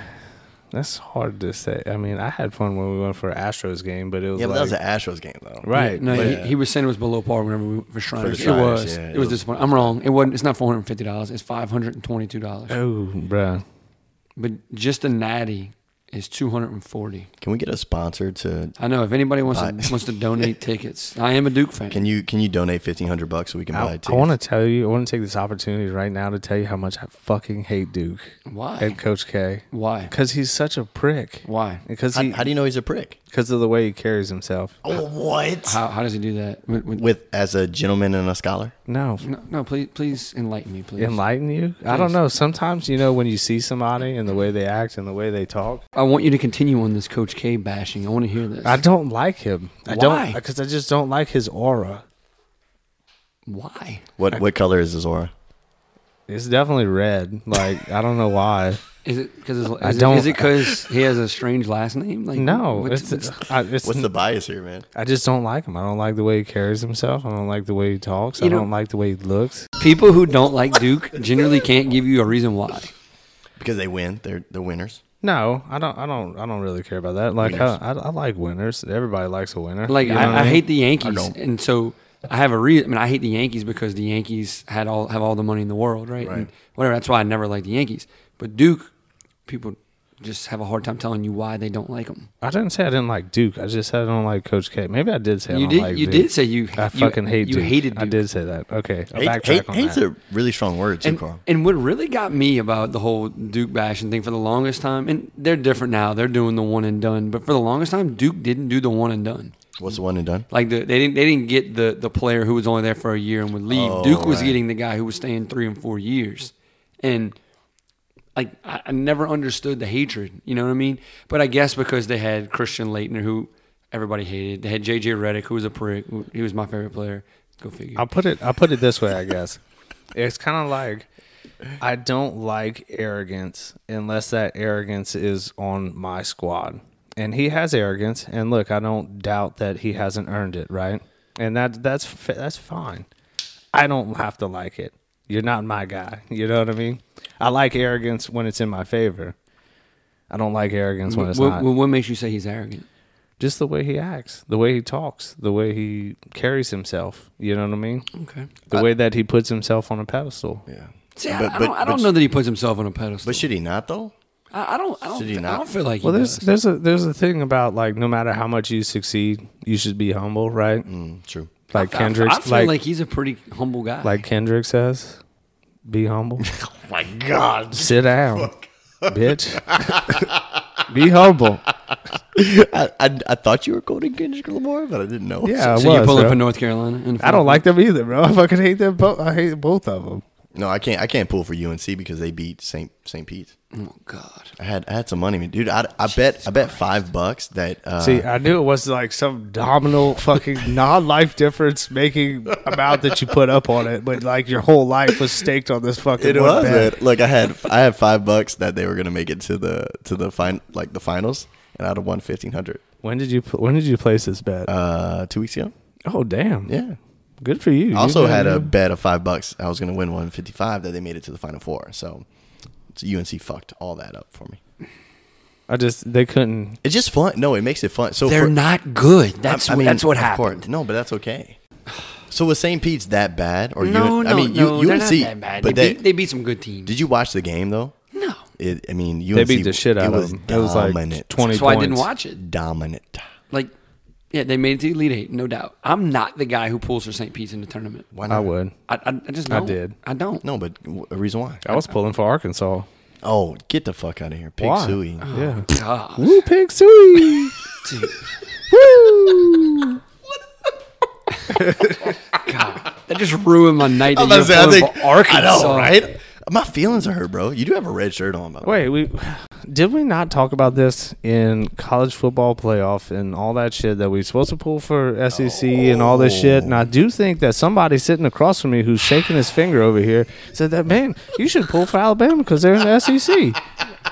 Speaker 1: that's hard to say. I mean, I had fun when we went for Astros game, but it was
Speaker 3: Yeah, but
Speaker 1: like
Speaker 3: that was an Astros game, though.
Speaker 1: right.
Speaker 2: No,
Speaker 1: but-
Speaker 2: he, he was saying it was below par whenever we for Shriners. it
Speaker 3: Shriners,
Speaker 2: was.
Speaker 3: yeah, it
Speaker 2: it was
Speaker 3: was-
Speaker 2: disappointing. I'm wrong. It wasn't. It's not 450 dollars. It's 522 dollars.
Speaker 1: oh, bruh.
Speaker 2: But just a natty is 240.
Speaker 3: Can we get a sponsor to.
Speaker 2: I know. If anybody wants to,
Speaker 3: Bye.
Speaker 2: wants to donate tickets, I am a Duke fan.
Speaker 3: Can you can you donate fifteen hundred bucks so we can buy
Speaker 1: I,
Speaker 3: a
Speaker 1: I
Speaker 3: ticket?
Speaker 1: want to tell you. I want to take this opportunity right now to tell you how much I fucking hate Duke
Speaker 2: Why?
Speaker 1: and Coach K
Speaker 2: Why?
Speaker 1: because he's such a prick.
Speaker 2: Why?
Speaker 1: Because
Speaker 3: how,
Speaker 1: he
Speaker 3: how do you know he's a prick?
Speaker 1: because of the way he carries himself.
Speaker 3: Oh, what?
Speaker 2: How, how does he do that? With, with-
Speaker 3: With as a gentleman and a scholar.
Speaker 1: No,
Speaker 2: no, no, please, please enlighten me, please.
Speaker 1: enlighten you. I don't know. Sometimes you know when you see somebody and the way they act and the way they talk.
Speaker 2: I want you to continue on this Coach K bashing. I want to hear this.
Speaker 1: I don't like him. I
Speaker 2: Why?
Speaker 1: don't because I just don't like his aura.
Speaker 2: Why?
Speaker 3: What what color is his aura?
Speaker 1: It's definitely red. Like I don't know why.
Speaker 2: Is it because
Speaker 1: I
Speaker 2: is,
Speaker 1: don't-
Speaker 2: it because he has a strange last name? Like
Speaker 1: No,
Speaker 2: what's-
Speaker 1: it's,
Speaker 2: what's-
Speaker 1: I, it's
Speaker 3: What's the bias here, man?
Speaker 1: I just don't like him. I don't like the way he carries himself. I don't like the way he talks.
Speaker 2: You
Speaker 1: I
Speaker 2: know-
Speaker 1: don't like the way he looks.
Speaker 2: people who don't like Duke generally can't give you a reason why.
Speaker 3: Because they win. They're they're winners.
Speaker 1: No, I don't. I don't. I don't really care about that. Like I, I, I like winners. Everybody likes a winner.
Speaker 2: Like
Speaker 1: You know
Speaker 2: I,
Speaker 1: what
Speaker 2: I
Speaker 1: mean?
Speaker 2: hate the Yankees,
Speaker 3: don't.
Speaker 2: and so I have a reason. I mean, I hate the Yankees because the Yankees had all have all the money in the world, right?
Speaker 3: Right.
Speaker 2: And whatever. That's why I never liked the Yankees. But Duke, people just have a hard time telling you why they don't like him.
Speaker 1: I didn't say I didn't like Duke. I just said I don't like Coach K. Maybe I did say I
Speaker 2: You
Speaker 1: don't
Speaker 2: did.
Speaker 1: like
Speaker 2: you
Speaker 1: Duke.
Speaker 2: did say you.
Speaker 1: I
Speaker 2: you-
Speaker 1: fucking hate
Speaker 2: You
Speaker 1: Duke.
Speaker 2: hated. Duke.
Speaker 1: I did say that. Okay. I'll
Speaker 3: Hate,
Speaker 1: backtrack
Speaker 3: hate,
Speaker 1: on
Speaker 3: hate's
Speaker 1: that.
Speaker 3: a really strong word too,
Speaker 2: And,
Speaker 3: Carl.
Speaker 2: and what really got me about the whole Duke bashing thing for the longest time, and they're different now. They're doing the one and done, but for the longest time, Duke didn't do the one and done.
Speaker 3: What's the one and done?
Speaker 2: Like the, they didn't they didn't get the the player who was only there for a year and would leave.
Speaker 3: Oh,
Speaker 2: Duke was
Speaker 3: right.
Speaker 2: getting the guy who was staying three and four years, and like I, I never understood the hatred. You know what I mean? But I guess because they had Christian Leitner who everybody hated. They had J.J. Redick who was a prick. who- He was my favorite player. Go figure.
Speaker 1: I'll put it. I'll put it this way. I guess it's kind of like I don't like arrogance unless that arrogance is on my squad, and he has arrogance. And look, I don't doubt that he hasn't earned it, right? And that that's f- that's fine. I don't have to like it. You're not my guy. You know what I mean? I like arrogance when it's in my favor. I don't like arrogance when
Speaker 2: What,
Speaker 1: it's
Speaker 2: what,
Speaker 1: not.
Speaker 2: what makes you say he's arrogant?
Speaker 1: Just the way he acts, the way he talks, the way he carries himself. You know what I mean?
Speaker 2: Okay.
Speaker 1: the way that he puts himself on a pedestal.
Speaker 3: Yeah.
Speaker 2: See, I,
Speaker 3: But-
Speaker 2: I
Speaker 3: but-
Speaker 2: don't, I don't
Speaker 3: but-
Speaker 2: know that he puts himself on a pedestal.
Speaker 3: But should he not though?
Speaker 2: I, I don't. I don't,
Speaker 3: should he
Speaker 2: I
Speaker 3: not?
Speaker 2: don't feel like.
Speaker 1: Well,
Speaker 2: he
Speaker 1: there's
Speaker 2: does.
Speaker 1: there's a there's a thing about like no matter how much you succeed, you should be humble, right?
Speaker 3: Mm, true.
Speaker 1: Like
Speaker 2: I- I-
Speaker 1: Kendrick,
Speaker 2: I, feel like,
Speaker 1: like like,
Speaker 2: he's a pretty humble guy.
Speaker 1: Kendrick says, be humble.
Speaker 3: Oh my God!
Speaker 1: Sit down, bitch. be humble.
Speaker 3: I, I, I thought you were quoting Kendrick Lamar, but I didn't know.
Speaker 1: Yeah, I
Speaker 2: so you're
Speaker 1: was,
Speaker 2: pulling
Speaker 1: bro.
Speaker 2: for North Carolina? in the
Speaker 1: I don't
Speaker 2: fourth?
Speaker 1: like them either, bro. I fucking hate them. Bo- I hate both of them.
Speaker 3: No, I can't. I can't pull for UNC because they beat St. St. Pete.
Speaker 2: Oh God.
Speaker 3: I had I had some money, dude. I, I bet I bet five bucks that. Uh,
Speaker 1: See, I knew it was like some domino fucking non-life difference making amount that you put up on it, but like your whole life was staked on this fucking.
Speaker 3: It
Speaker 1: one
Speaker 3: was
Speaker 1: bet.
Speaker 3: it. Look, I had I had five bucks that they were gonna make it to the to the fin- like the finals, and I'd have won fifteen hundred
Speaker 1: When did you pl- when did you place this bet?
Speaker 3: uh, two weeks ago.
Speaker 1: oh damn!
Speaker 3: Yeah.
Speaker 1: good for you. You
Speaker 3: I also
Speaker 1: got
Speaker 3: had a
Speaker 1: good.
Speaker 3: bet of five bucks I was gonna win one fifty five that they made it to the final four. So, so UNC fucked all that up for me.
Speaker 1: I just they couldn't.
Speaker 3: It's just fun. No, it makes it fun. So
Speaker 2: They're
Speaker 3: for-
Speaker 2: not good. That's
Speaker 3: I mean,
Speaker 2: that's what
Speaker 3: of course.
Speaker 2: happened.
Speaker 3: No, but that's okay. So was St. Pete's that bad? Or
Speaker 2: No,
Speaker 3: you,
Speaker 2: no,
Speaker 3: I mean,
Speaker 2: no.
Speaker 3: you,
Speaker 2: they're
Speaker 3: UNC,
Speaker 2: not that bad.
Speaker 3: But
Speaker 2: they,
Speaker 3: they,
Speaker 2: beat, they beat some good teams.
Speaker 3: did you watch the game though?
Speaker 2: No.
Speaker 3: It, I mean, UNC.
Speaker 1: They beat the shit out
Speaker 3: it
Speaker 1: of
Speaker 3: was
Speaker 1: them. It was like
Speaker 3: dominant.
Speaker 1: twenty.
Speaker 2: That's why I didn't
Speaker 1: points.
Speaker 2: watch it.
Speaker 3: Dominant.
Speaker 2: Like, yeah, they made it to the Elite Eight, no doubt. I'm not the guy who pulls for St. Pete's in the tournament.
Speaker 3: Why not?
Speaker 1: I would.
Speaker 2: I, I, I just
Speaker 1: I
Speaker 2: don't.
Speaker 1: did.
Speaker 2: I don't.
Speaker 3: No, but w- a reason why?
Speaker 1: I was pulling for Arkansas.
Speaker 3: Oh, get the fuck out of here, pig
Speaker 1: Why? Oh,
Speaker 3: suey.
Speaker 1: Yeah.
Speaker 2: God,
Speaker 1: Woo, pig suey.
Speaker 2: dude.
Speaker 1: Woo.
Speaker 2: God, that just ruined my night.
Speaker 3: I
Speaker 2: That
Speaker 3: was about
Speaker 2: you're
Speaker 3: to say, I
Speaker 2: pulling
Speaker 3: think-
Speaker 2: for Arkansas,
Speaker 3: I know, right? My feelings are hurt, bro. You do have a red shirt on, by the way.
Speaker 1: Wait, we did we not talk about this in college football playoff and all that shit that we supposed to pull for SEC and all this shit? And I do think that somebody sitting across from me who's shaking his finger over here said that man, you should pull for Alabama because they're in the E SEC.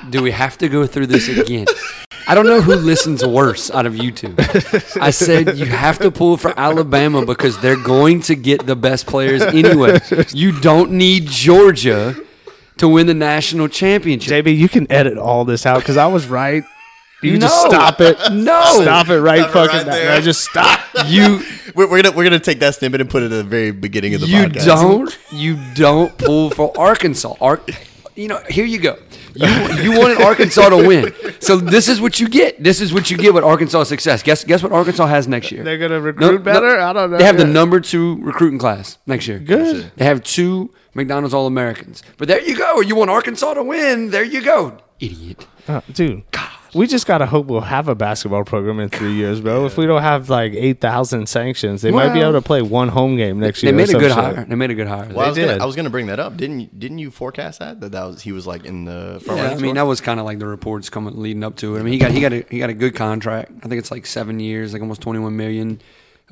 Speaker 2: Do we have to go through this again? I don't know who listens worse out of you two. I said you have to pull for Alabama because they're going to get the best players anyway. You don't need Georgia to win the national championship.
Speaker 1: JB, you can edit all this out because I was right. You can just
Speaker 2: No.
Speaker 1: stop it.
Speaker 2: No.
Speaker 1: Stop it right
Speaker 3: it
Speaker 1: fucking
Speaker 3: right
Speaker 1: now.
Speaker 3: there.
Speaker 1: No, Just stop.
Speaker 2: You
Speaker 3: We're, we're gonna we're gonna take that snippet and put it at the very beginning of the
Speaker 2: you
Speaker 3: podcast.
Speaker 2: don't you don't pull for Arkansas. Ar- you know, here you go. You you wanted Arkansas to win. So this is what you get. This is what you get with Arkansas success. Guess guess what Arkansas has next year?
Speaker 1: They're gonna recruit better? I don't know.
Speaker 2: They have the
Speaker 1: Yeah.
Speaker 2: number 2 recruiting class next year.
Speaker 1: Good.
Speaker 2: They have two McDonald's All-Americans. But there you go. You want Arkansas to win. There you go. Idiot.
Speaker 1: Uh, dude, we just gotta hope we'll have a basketball program in three years, bro. If we don't have like eight thousand sanctions, they might be
Speaker 2: Well,
Speaker 1: able to play one home game next
Speaker 2: They
Speaker 1: year. or
Speaker 2: made a
Speaker 1: some
Speaker 2: good
Speaker 1: shit.
Speaker 2: hire. They made a good hire.
Speaker 3: Well, I was,
Speaker 1: They
Speaker 3: gonna,
Speaker 1: did.
Speaker 3: I was gonna bring that up. Didn't you, didn't you forecast that that that was he was like in the front
Speaker 2: Yeah, I
Speaker 3: running
Speaker 2: mean
Speaker 3: squad?
Speaker 2: that was kind of like the reports coming leading up to it. I mean he got he got a he got a good contract. I think it's like seven years, like almost twenty one million.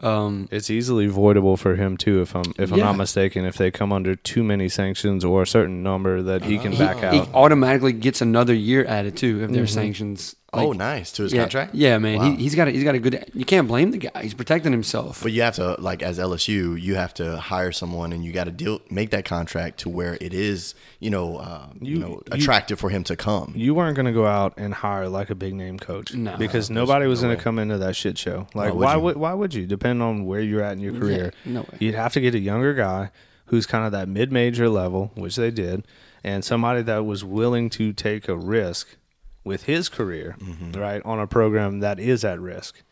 Speaker 2: Um,
Speaker 1: It's easily voidable for him too, if I'm if I'm
Speaker 2: Yeah.
Speaker 1: not mistaken. If they come under too many sanctions or a certain number that he can
Speaker 2: Uh, he,
Speaker 1: back out.
Speaker 2: he
Speaker 3: Oh.
Speaker 2: automatically gets another year added too if there's sanctions.
Speaker 3: oh
Speaker 2: Like,
Speaker 3: nice to his
Speaker 2: yeah,
Speaker 3: contract.
Speaker 2: Yeah, man,
Speaker 3: Wow.
Speaker 2: he, he's got a, he's got a good. You can't blame the guy. He's protecting himself.
Speaker 3: But you have to like as LSU, you have to hire someone, and you got to deal make that contract to where it is, you know, uh, you, know, attractive for him to come.
Speaker 1: Um, you weren't going to go out and hire like a big name coach
Speaker 2: No.
Speaker 1: because nobody was going to come into that shit show. Like,
Speaker 3: would
Speaker 1: why
Speaker 3: you?
Speaker 1: would why would you? Depend on where you're at in your career.
Speaker 2: no way.
Speaker 1: You'd have to get a younger guy who's kind of that mid major level, which they did, and somebody that was willing to take a risk with his career, right, on a program that is at risk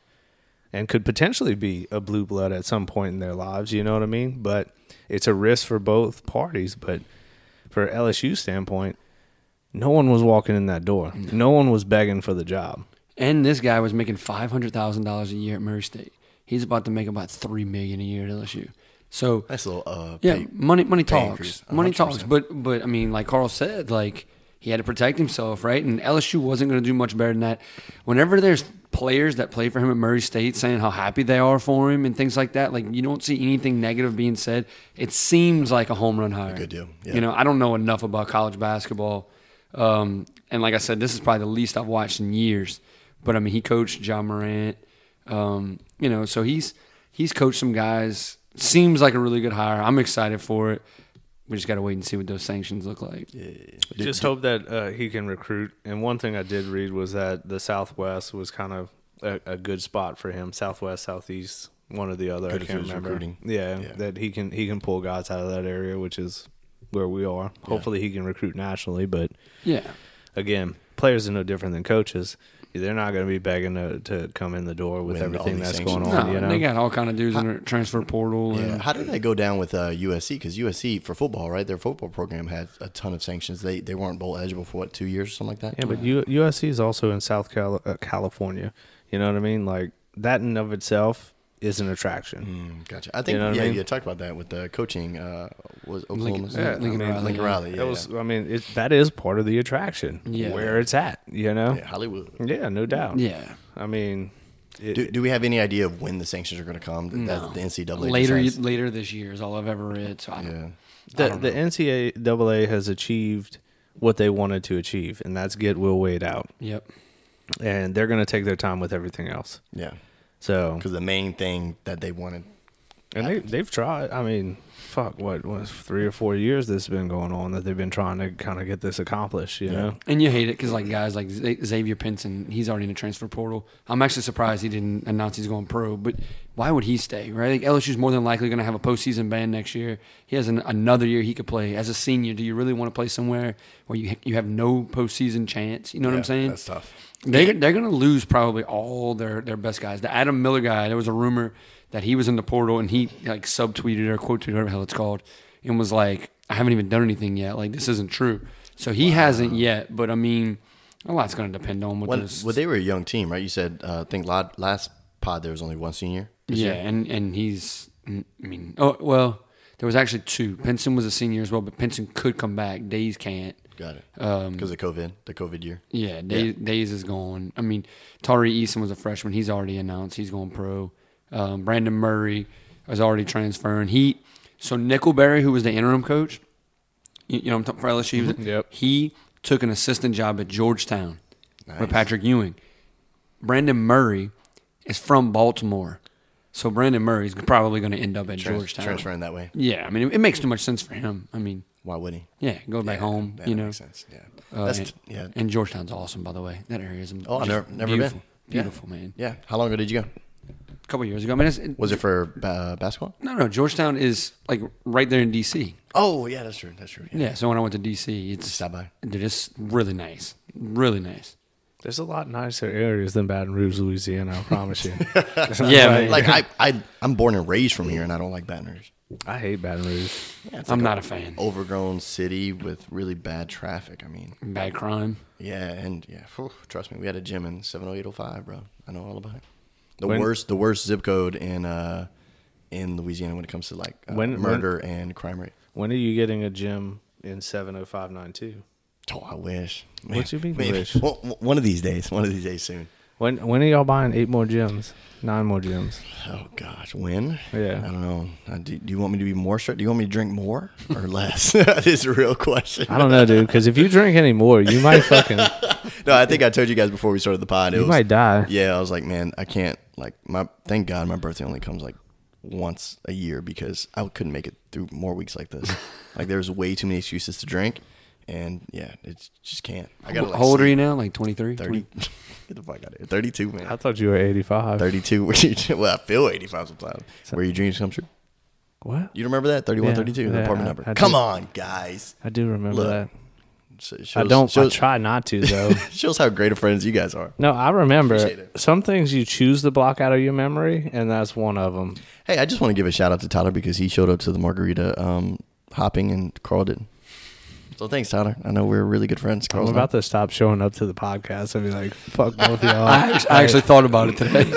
Speaker 1: and could potentially be a blue blood at some point in their lives. You know what I mean? But it's a risk for both parties. But for LSU standpoint, no one was walking in that door. No one was begging for the job.
Speaker 2: And this guy was making five hundred thousand dollars a year at Murray State. He's about to make about three million a year at LSU. So
Speaker 3: Nice little uh,
Speaker 2: yeah,
Speaker 3: pay-
Speaker 2: money money
Speaker 3: pay
Speaker 2: talks.
Speaker 3: increase,
Speaker 2: Money
Speaker 3: 100%.
Speaker 2: talks. But but I mean, like Carl said, like he had to protect himself, right? And LSU wasn't going to do much better than that. Whenever there's players that play for him at Murray State saying how happy they are for him and things like that, like you don't see anything negative being said. It seems like a home run hire.
Speaker 3: good deal, yeah.
Speaker 2: You know, I don't know enough about college basketball, um, and like I said, this is probably the least I've watched in years. But I mean, he coached John Morant. Um, you know, so he's he's coached some guys. Seems like a really good hire. I'm excited for it. We just got to wait and see what those sanctions look like.
Speaker 1: Just hope that uh, he can recruit. And one thing I did read was that the Southwest was kind of a, a good spot for him. Southwest, Southeast, one or the other. I
Speaker 3: Good if
Speaker 1: can't
Speaker 3: it was
Speaker 1: remember.
Speaker 3: recruiting.
Speaker 1: Yeah,
Speaker 3: Yeah.
Speaker 1: that he can he can pull guys out of that area, which is where we are. Hopefully, he can recruit nationally. But
Speaker 2: Yeah.
Speaker 1: again, players are no different than coaches. They're not going to be begging to, to come in the door with
Speaker 3: With all
Speaker 1: everything
Speaker 3: these
Speaker 1: that's
Speaker 3: sanctions.
Speaker 1: going
Speaker 2: No,
Speaker 1: on. you know,
Speaker 2: they got all kind of dudes in their transfer portal.
Speaker 3: Yeah.
Speaker 2: And,
Speaker 3: How did they go down with uh, USC? Because USC for football, right? Their football program had a ton of sanctions. They they weren't bowl eligible for what two years or something like that.
Speaker 1: Yeah, but U- USC is also in South Cali- uh, California. You know what I mean? Like that in of itself is an attraction.
Speaker 3: Mm, gotcha. I think
Speaker 1: know what I
Speaker 3: yeah,
Speaker 1: mean?
Speaker 3: you talked about that with the coaching. Uh, was
Speaker 2: Lincoln-
Speaker 3: Oklahoma?
Speaker 2: yeah, Lincoln Riley,
Speaker 3: Lincoln
Speaker 2: yeah.
Speaker 3: Riley. Yeah,
Speaker 1: That was, I mean, it, that is part of the attraction.
Speaker 2: Yeah.
Speaker 1: where it's at, you know.
Speaker 3: yeah, Hollywood.
Speaker 1: Yeah, no doubt.
Speaker 2: yeah.
Speaker 1: I mean, it,
Speaker 3: Do, do we have any idea of when the sanctions are going to come? That, that the NCAA
Speaker 2: later
Speaker 3: decides?
Speaker 2: later this year is all I've ever read. So I don't,
Speaker 3: Yeah.
Speaker 1: the the NCAA has achieved what they wanted to achieve, and that's get Will Wade out,
Speaker 2: Yep.
Speaker 1: and they're going to take their time with everything else.
Speaker 3: Yeah.
Speaker 1: So,
Speaker 3: Because the main thing that they wanted.
Speaker 1: and they they've tried. I mean, fuck, what was three or four years this has been going on that they've been trying to kind of get this accomplished, you know.
Speaker 2: And you hate it because like guys like Z- Xavier Pinson, he's already in the transfer portal. I'm actually surprised he didn't announce he's going pro. But why would he stay? Right? Like LSU's more than likely going to have a postseason ban next year. He has an, another year he could play as a senior. Do you really want to play somewhere where you ha- you have no postseason chance? You know what
Speaker 3: Yeah,
Speaker 2: I'm saying?
Speaker 3: That's tough.
Speaker 2: They they're gonna lose probably all their their best guys. The Adam Miller guy. There was a rumor that he was in the portal and he like subtweeted or quote tweeted whatever the hell it's called, and was like, "I haven't even done anything yet. Like this isn't true." So he hasn't yet. But I mean, a lot's gonna depend on what
Speaker 3: When,
Speaker 2: this.
Speaker 3: well, they were a young team, right? You said uh, I think la- last pod there was only one senior.
Speaker 2: yeah, and and he's I mean, oh well, there was actually two. Pinson was a senior as well, but Pinson could come back. Days can't.
Speaker 3: Got it.
Speaker 2: Um,
Speaker 3: Because of COVID, the COVID year.
Speaker 2: Yeah, Days, Days is going. I mean, Tari Eason was a freshman. He's already announced he's going pro. Um, Brandon Murray is already transferring. He so Nickelberry, who was the interim coach, you, you know, what I'm talking for LSU. He
Speaker 3: Mm-hmm.
Speaker 2: was-
Speaker 1: Yep.
Speaker 2: He took an assistant job at Georgetown
Speaker 3: Nice.
Speaker 2: with Patrick Ewing. Brandon Murray is from Baltimore, so Brandon Murray is probably going to end up at
Speaker 3: Trans-
Speaker 2: Georgetown.
Speaker 3: transferring that way.
Speaker 2: Yeah, I mean, it, it makes too much sense for him. I mean,
Speaker 3: Why would he?
Speaker 2: yeah, go back
Speaker 3: Yeah,
Speaker 2: home.
Speaker 3: that
Speaker 2: you know, Uh,
Speaker 3: makes sense. Yeah. That's
Speaker 2: and,
Speaker 3: t- yeah.
Speaker 2: and Georgetown's awesome, by the way. That area is
Speaker 3: Oh, I've
Speaker 2: just
Speaker 3: never- never been.
Speaker 2: beautiful,
Speaker 3: Yeah.
Speaker 2: beautiful man.
Speaker 3: yeah. How long ago did you go?
Speaker 2: A couple years ago, I mean, it's, it,
Speaker 3: Was it for uh, basketball?
Speaker 2: no, no, Georgetown is like right there in D.C.
Speaker 3: Oh, yeah, that's true. That's true. Yeah.
Speaker 2: Yeah, so when I went to D.C., it's
Speaker 3: Stop by.
Speaker 2: dude, it's really nice, really nice.
Speaker 1: There's a lot nicer areas than Baton Rouge, Louisiana. I promise you.
Speaker 2: Yeah, man.
Speaker 3: Like I, I, I'm born and raised from here, and I don't like Baton Rouge.
Speaker 1: I hate Baton Rouge.
Speaker 3: Yeah, it's
Speaker 2: I'm
Speaker 3: like
Speaker 2: not a fan.
Speaker 3: Oh. overgrown city with really bad traffic. I mean,
Speaker 2: Bad crime.
Speaker 3: yeah, and yeah, phew, trust me, we had a gym in 70805, bro. I know all about it. The
Speaker 1: When-
Speaker 3: worst, the worst zip code in uh, in Louisiana when it comes to like uh,
Speaker 1: When- when-
Speaker 3: murder and crime rate.
Speaker 1: When are you getting a gym in 70592?
Speaker 3: Oh, I wish.
Speaker 1: What you mean,
Speaker 3: Maybe-
Speaker 1: wish?
Speaker 3: One, one of these days. One of these days soon.
Speaker 1: When when are y'all buying eight more gyms? Nine more gyms.
Speaker 3: Oh gosh, when?
Speaker 1: Yeah.
Speaker 3: I don't know. Uh, Do, do you want me to be more strict? Do you want me to drink more or less? that is a real question.
Speaker 1: I don't know, dude, because if you drink any more, you might fucking
Speaker 3: No, I think I told you guys before we started the pod. It
Speaker 1: you
Speaker 3: was,
Speaker 1: might die.
Speaker 3: Yeah, I was like, man, I can't. Like, my thank God my birthday only comes like once a year because I couldn't make it through more weeks like this. like, there's way too many excuses to drink, and yeah, it just can't. I got
Speaker 2: How
Speaker 3: like
Speaker 2: old are you
Speaker 3: sleep.
Speaker 2: now? Like 23?
Speaker 3: 30. Get the fuck out of here. 32,
Speaker 1: I
Speaker 3: man.
Speaker 1: thought you were eighty five.
Speaker 3: 32. Where you, well, I feel 85 sometimes. Where your dreams come true.
Speaker 1: What?
Speaker 3: You remember that? 31,
Speaker 1: Yeah,
Speaker 3: 32, the
Speaker 1: yeah,
Speaker 3: apartment
Speaker 1: I-
Speaker 3: number.
Speaker 1: I
Speaker 3: Come
Speaker 1: do.
Speaker 3: on, guys.
Speaker 1: I do remember
Speaker 3: Look.
Speaker 1: that.
Speaker 3: So it
Speaker 1: I
Speaker 3: shows-
Speaker 1: don't. I
Speaker 3: Shows,
Speaker 1: try not to though.
Speaker 3: shows how great of friends you guys are.
Speaker 1: no, I
Speaker 3: Appreciate
Speaker 1: remember
Speaker 3: it.
Speaker 1: some things you choose to block out of your memory, and that's one of them.
Speaker 3: Hey, I just want to give a shout out to Tyler because he showed up to the margarita um, hopping and Carl didn't. So thanks, Tyler. I know we're really good friends.
Speaker 1: I'm
Speaker 3: Carl's
Speaker 1: about to stop showing up to the podcast and be like, "Fuck both of y'all."
Speaker 2: I actually, I actually thought about it today.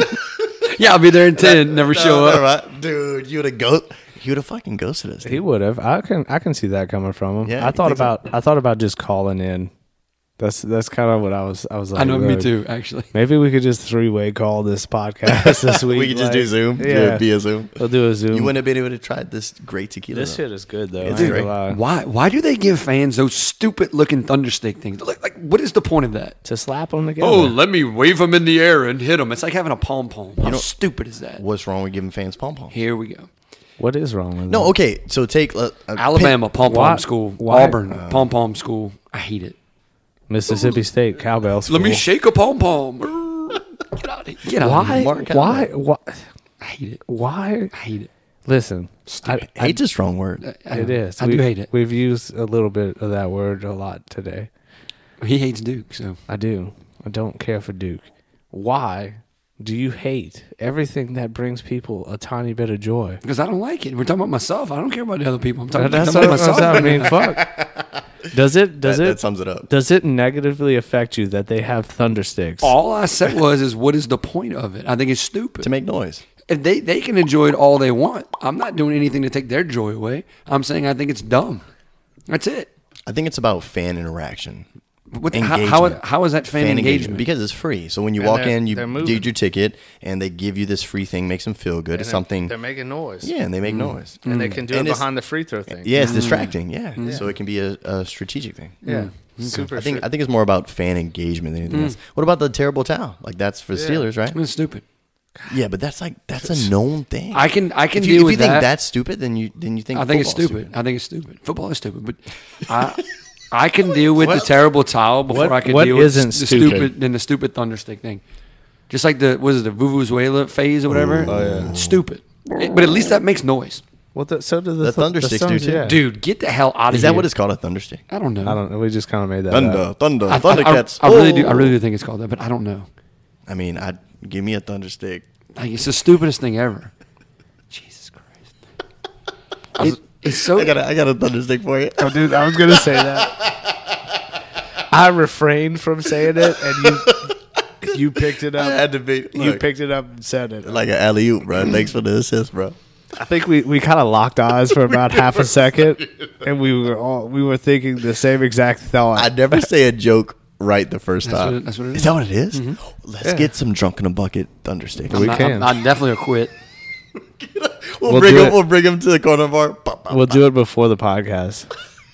Speaker 2: yeah, I'll be there in ten. Never show up.
Speaker 3: dude. You would have go. You would have fucking ghosted us.
Speaker 1: He would have. I can. I can see that coming from him.
Speaker 3: Yeah,
Speaker 1: I
Speaker 3: you
Speaker 1: thought
Speaker 3: think so?
Speaker 1: about. I thought about just calling in. That's that's kind of what I was. I was like,
Speaker 2: I know, me
Speaker 1: "Look,
Speaker 2: too. Actually,
Speaker 1: Maybe we could just three way call this podcast this week.
Speaker 3: we could just
Speaker 1: like,
Speaker 3: do Zoom. Yeah,
Speaker 1: Yeah,
Speaker 3: be a Zoom.
Speaker 1: we'll do a Zoom.
Speaker 3: You wouldn't have been able to try this great tequila.
Speaker 1: this
Speaker 3: though.
Speaker 1: shit is good though.
Speaker 3: It's
Speaker 1: I ain't
Speaker 3: great.
Speaker 1: gonna lie.
Speaker 2: why why do they give fans those stupid looking thunderstick things? Like, like what is the point of that?
Speaker 1: To slap them together.
Speaker 2: Oh, let me wave them in the air and hit them. It's like having a pom pom. How stupid is that?
Speaker 3: What's wrong with giving fans pom pom?
Speaker 2: Here we go.
Speaker 1: what is wrong with
Speaker 3: No,
Speaker 1: them?
Speaker 3: okay. So take uh, uh,
Speaker 2: Alabama pom
Speaker 1: Why-
Speaker 2: pom school.
Speaker 1: why- uh,
Speaker 2: Auburn pom pom school. I hate it.
Speaker 3: oh,
Speaker 1: Mississippi State cowbell school.
Speaker 2: Let me shake a pom pom. Get out of here. Get out of
Speaker 1: Why?
Speaker 2: here.
Speaker 1: Why? Why?
Speaker 2: I hate it.
Speaker 1: Why?
Speaker 2: I hate it.
Speaker 1: Listen, I,
Speaker 3: Pin- hate's a strong word.
Speaker 2: I,
Speaker 1: it is.
Speaker 2: I
Speaker 1: We've-
Speaker 2: do hate it.
Speaker 1: We've used a little bit of that word a lot today.
Speaker 2: He hates Duke, so
Speaker 1: I do. I don't care for Duke. Why do you hate everything that brings people a tiny bit of joy?
Speaker 2: because I don't like it. We're talking about myself. I don't care about the other people. I'm talking I'm
Speaker 1: That's
Speaker 2: talking
Speaker 1: what,
Speaker 2: about myself.
Speaker 1: that's what I mean. Fuck. Does it? Does
Speaker 3: that,
Speaker 1: it?
Speaker 3: that sums it up.
Speaker 1: does it negatively affect you that they have thunder sticks?
Speaker 2: All I said was, is what is the point of it? I think it's stupid.
Speaker 3: To make noise.
Speaker 2: If they they can enjoy it all they want. I'm not doing anything to take their joy away. I'm saying I think it's dumb. That's it.
Speaker 3: I think it's about fan interaction.
Speaker 2: What- how- how-
Speaker 3: Engagement.
Speaker 2: how is that fan engagement?
Speaker 3: Because it's free. So when you
Speaker 1: And
Speaker 3: walk
Speaker 1: they're-
Speaker 3: in, you
Speaker 1: they're
Speaker 3: get
Speaker 1: moving.
Speaker 3: your ticket, and they give you this free thing, makes them feel good. it's something.
Speaker 1: making noise.
Speaker 3: yeah, and they
Speaker 2: Mm.
Speaker 3: make noise.
Speaker 1: and they can do
Speaker 3: And it's-
Speaker 1: the free throw thing.
Speaker 3: Yeah, it's distracting. Yeah.
Speaker 2: Mm.
Speaker 3: so it can be a, a strategic thing.
Speaker 1: yeah. Super.
Speaker 3: Mm. I think I think it's more about fan engagement than
Speaker 2: Mm.
Speaker 3: anything else. What about the terrible towel? Like that's for the Steelers,
Speaker 2: I
Speaker 3: right?
Speaker 2: mean, it's stupid.
Speaker 3: Yeah, but that's like that's a known thing.
Speaker 2: I can I can
Speaker 3: if
Speaker 2: deal
Speaker 3: you, if
Speaker 2: with
Speaker 3: you think
Speaker 2: that.
Speaker 3: that's stupid, then you then you think
Speaker 2: I think it's
Speaker 3: football's
Speaker 2: stupid. I think it's stupid. Football is stupid, but I I can deal with the terrible towel before
Speaker 1: What-
Speaker 2: I can
Speaker 1: what
Speaker 2: deal with
Speaker 1: isn't
Speaker 2: the
Speaker 1: stupid?
Speaker 2: stupid and the stupid thunderstick thing. Just like the was it the vuvuzuela phase or whatever? Stupid. It- but at least that makes noise.
Speaker 1: Well, the, so do the,
Speaker 3: The
Speaker 1: thu-
Speaker 3: thunder sticks do
Speaker 1: suns,
Speaker 3: too.
Speaker 1: yeah.
Speaker 2: Dude, get the hell out of here.
Speaker 3: Is that what it's called? A thunderstick?
Speaker 2: I don't know.
Speaker 1: I don't know. We just kind of made that. up.
Speaker 3: Thunder, thunder,
Speaker 2: Uh, I, I- I-
Speaker 3: thundercats.
Speaker 2: I, really do. I
Speaker 3: Oh.
Speaker 2: really do think it's called that, but I don't know.
Speaker 3: I mean, I give me a thunderstick.
Speaker 2: Like it's the stupidest thing ever. Jesus Christ. It- it's so.
Speaker 3: I got a, I got a thunderstick for you.
Speaker 1: Oh, dude, I was gonna say that. I refrained from saying it, and you you picked it
Speaker 3: I
Speaker 1: up.
Speaker 3: had to be. Look,
Speaker 1: You picked it up and said it.
Speaker 3: like an alley oop, bro. Thanks for the assist, bro.
Speaker 1: I think we, we kind of locked eyes for about half a second, and we were all we were thinking the same exact thought.
Speaker 3: I never say a joke right the first time.
Speaker 2: what it- that's what it
Speaker 3: Is
Speaker 2: is.
Speaker 3: that what it is? Let's get some drunk in a bucket thunderstick.
Speaker 1: we
Speaker 2: I,
Speaker 1: can.
Speaker 2: I, I definitely quit.
Speaker 3: We'll,
Speaker 1: We'll
Speaker 3: bring
Speaker 1: do
Speaker 3: him.
Speaker 1: it.
Speaker 3: We'll bring him to the corner bar. Pop, pop.
Speaker 1: we'll do it before the podcast.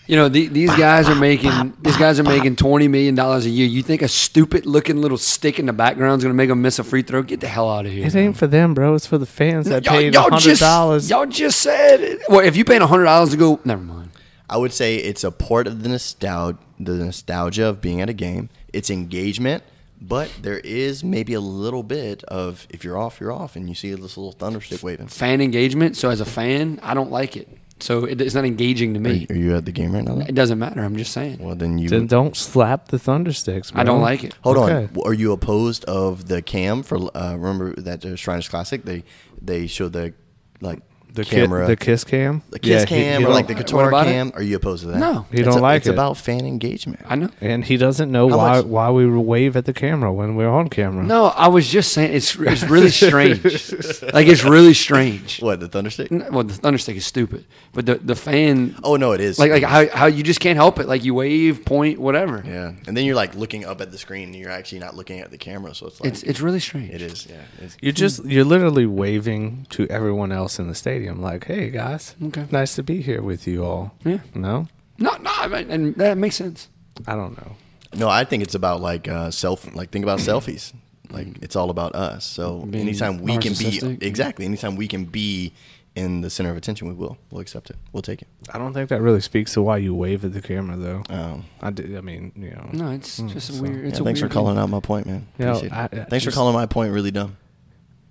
Speaker 2: You know, the, these guys are making these guys are making twenty million dollars a year. You think a stupid looking little stick in the background is going to make them miss a free throw? Get the hell out of here!
Speaker 1: It ain't for them, bro. It's for the fans that
Speaker 2: Y'all,
Speaker 1: paid
Speaker 2: y'all
Speaker 1: hundred
Speaker 2: just
Speaker 1: dollars.
Speaker 2: y'all just said it. Well, if you paying hundred dollars to go, never mind.
Speaker 3: I would say it's a part of the nostalgia, the nostalgia of being at a game. It's engagement, but there is maybe a little bit of if you're off, you're off, and you see this little thunderstick waving.
Speaker 2: Fan engagement. So as a fan, I don't like it. So it, it's not engaging to me.
Speaker 3: Are you at the game right now?
Speaker 2: It doesn't matter. I'm just saying.
Speaker 3: Well, then you.
Speaker 1: Then don't slap the thundersticks. Bro.
Speaker 2: I don't like it.
Speaker 3: Hold on.
Speaker 1: Okay.
Speaker 3: W- Are you opposed of the cam for? Uh, remember that uh, Shriners Classic? They they show the like
Speaker 1: the ki-
Speaker 3: camera,
Speaker 1: the kiss cam,
Speaker 3: the kiss cam, or like the guitar
Speaker 2: about it?
Speaker 3: cam. Are you opposed to that?
Speaker 2: No.
Speaker 1: He
Speaker 3: It's
Speaker 1: don't
Speaker 3: a-
Speaker 1: like
Speaker 3: It's
Speaker 1: it.
Speaker 3: about fan engagement.
Speaker 2: I know.
Speaker 1: And he doesn't know
Speaker 3: How
Speaker 1: why
Speaker 3: much?
Speaker 1: why we wave at the camera when we're on camera.
Speaker 2: No, I was just saying it's it's really strange. like it's really strange.
Speaker 3: What the thunderstick?
Speaker 2: N- Well, the thunderstick is stupid, but the the fan
Speaker 3: Oh no, it is
Speaker 2: like like how how you just can't help it. Like you wave, point, whatever.
Speaker 3: yeah. And then you're like looking up at the screen, and you're actually not looking at the camera. So it's like
Speaker 2: It's it's really strange.
Speaker 3: it is. Yeah. It's,
Speaker 2: Hmm.
Speaker 1: You're just you're literally waving to everyone else in the stadium, like, "Hey guys,
Speaker 2: Okay.
Speaker 1: nice to be here with you all."
Speaker 2: Yeah.
Speaker 1: No,
Speaker 2: No, no, I mean, and that makes sense.
Speaker 1: I don't know.
Speaker 3: no, I think it's about like uh, self. Like think about selfies. Like it's all about us. So
Speaker 2: Mm. Being
Speaker 3: anytime we can be
Speaker 2: narcissistic.
Speaker 3: exactly anytime we can be in the center of attention, we will. We'll accept it. We'll take it.
Speaker 1: I don't think that really speaks to why you wave at the camera, though.
Speaker 3: Um,
Speaker 1: I, did, I mean, you know,
Speaker 2: No, it's just a weird. It's
Speaker 3: Hmm. Yeah,
Speaker 2: a
Speaker 3: thanks for
Speaker 2: weird
Speaker 3: calling out my point, man.
Speaker 1: No,
Speaker 3: Appreciate
Speaker 1: I- I
Speaker 3: it. thanks
Speaker 1: just-
Speaker 3: for calling my point really dumb.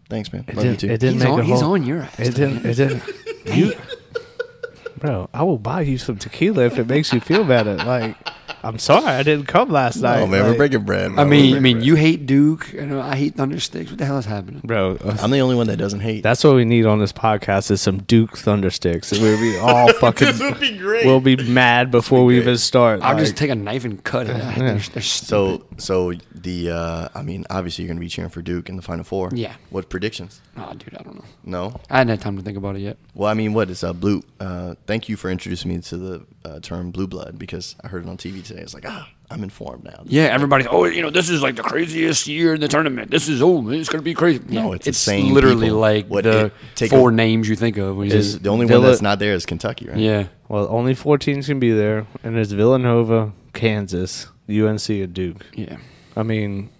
Speaker 3: Thanks, man.
Speaker 1: it
Speaker 3: Love you
Speaker 1: didn't,
Speaker 3: too.
Speaker 1: it didn't
Speaker 2: He's
Speaker 1: make
Speaker 2: on-
Speaker 1: a
Speaker 2: he's
Speaker 1: whole-
Speaker 2: on your ass,
Speaker 1: It didn't. It didn't.
Speaker 2: Thing. You,
Speaker 1: bro, I will buy you some tequila if it makes you feel better. Like, I'm sorry I didn't come last night.
Speaker 3: Oh man,
Speaker 1: Like,
Speaker 3: we're breaking bread.
Speaker 2: I
Speaker 3: man. We're
Speaker 2: mean, I
Speaker 3: breaking
Speaker 2: mean,
Speaker 3: bread.
Speaker 2: you hate Duke, and I hate Thunder Sticks. What the hell is happening?
Speaker 1: bro. uh,
Speaker 3: I'm the only one that doesn't hate.
Speaker 1: That's what we need on this podcast is some Duke Thundersticks. And We'll be all fucking.
Speaker 3: This would be great.
Speaker 1: We'll be mad before we even start.
Speaker 2: I'll
Speaker 1: like-
Speaker 2: just take a knife and cut it. They're- they're
Speaker 3: so so the uh, I mean, obviously you're gonna be cheering for Duke in the Final Four.
Speaker 2: Yeah.
Speaker 3: What predictions?
Speaker 2: Oh, dude, I don't know.
Speaker 3: No.
Speaker 2: I hadn't had time to think about it yet.
Speaker 3: Well, I mean, what is uh, blue? Uh, thank you for introducing me to the uh, term blue blood because I heard it on TV today. It's like ah, I'm informed now.
Speaker 2: Yeah, everybody's oh, you know, this is like the craziest year in the tournament. This is oh, it's gonna be crazy.
Speaker 3: No,
Speaker 2: Yeah,
Speaker 3: it's the same
Speaker 2: literally
Speaker 3: people.
Speaker 2: like
Speaker 3: What
Speaker 2: the
Speaker 3: it- take
Speaker 2: four
Speaker 3: a-
Speaker 2: names you think of when you
Speaker 3: Is
Speaker 2: just,
Speaker 3: the only
Speaker 1: Villa-
Speaker 3: one that's not there is Kentucky, right?
Speaker 2: yeah.
Speaker 1: Well, only four teams can be there, and it's Villanova, Kansas, UNC, and Duke.
Speaker 2: Yeah.
Speaker 1: I mean,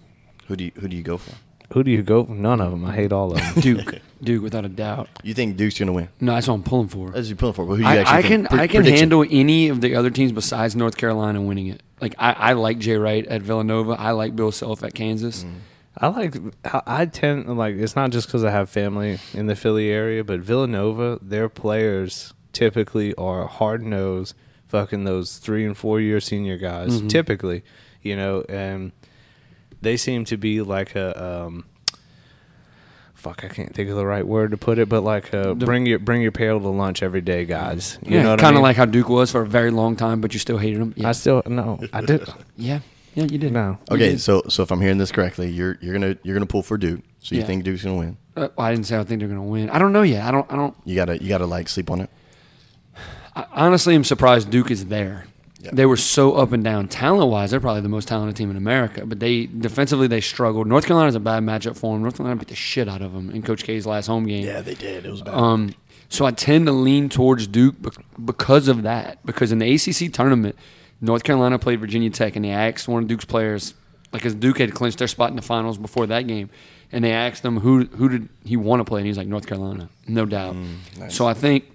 Speaker 3: Who do you who do you go for?
Speaker 1: who do you go? None of them. I hate all of them.
Speaker 2: Duke. Duke without a doubt.
Speaker 3: You think Duke's gonna win?
Speaker 2: No, that's what I'm pulling for.
Speaker 3: That's what you're pulling for. But who do you
Speaker 2: I,
Speaker 3: actually
Speaker 2: I can
Speaker 3: think? Pre-
Speaker 2: I can
Speaker 3: prediction.
Speaker 2: handle any of the other teams besides North Carolina winning it. Like I, I like Jay Wright at Villanova. I like Bill Self at Kansas.
Speaker 3: Mm.
Speaker 1: I like. I I tend like. It's not just because I have family in the Philly area, but Villanova, their players typically are hard nosed, fucking those three and four year senior guys.
Speaker 2: Mm-hmm.
Speaker 1: Typically, you know, and they seem to be like a. Um, Fuck, I can't think of the right word to put it, but like uh, bring your bring your pail to lunch every day, guys. You
Speaker 2: yeah,
Speaker 1: know, what I
Speaker 2: kind of
Speaker 1: mean?
Speaker 2: like how Duke was for a very long time, but you still hated him. Yeah,
Speaker 1: I still no, I did
Speaker 2: yeah, yeah, you did.
Speaker 1: no.
Speaker 3: Okay, so so if I'm hearing this correctly, you're you're gonna you're gonna pull for Duke. So you
Speaker 2: Yeah.
Speaker 3: think Duke's gonna win?
Speaker 2: Uh, well, I didn't say I think they're gonna win. I don't know yet. I don't. I don't.
Speaker 3: You gotta you gotta like sleep on it.
Speaker 2: I honestly am surprised Duke is there.
Speaker 3: Yeah.
Speaker 2: They were so up and down talent wise. They're probably the most talented team in America, but they defensively they struggled. North Carolina's a bad matchup for them. North Carolina beat the shit out of them in Coach K's last home game.
Speaker 3: they did. It was bad.
Speaker 2: Um, so I tend to lean towards Duke bec- because of that. Because in the ACC tournament, North Carolina played Virginia Tech, and they asked one of Duke's players, like, because Duke had clinched their spot in the finals before that game, and they asked him who who did he want to play, and he was like North Carolina, no doubt. So I think,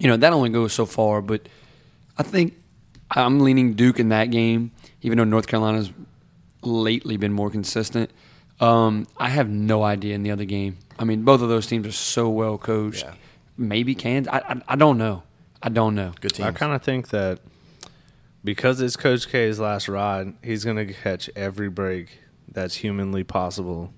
Speaker 2: you know, that only goes so far, but I think I'm leaning Duke in that game, even though North Carolina's lately been more consistent. Um, I have no idea in the other game. I mean, both of those teams are so well coached.
Speaker 3: Yeah.
Speaker 2: Maybe Kansas. I, I I don't know. I don't know.
Speaker 3: Good team.
Speaker 1: I kind of think that because it's Coach K's last ride, he's going to catch every break that's humanly possible.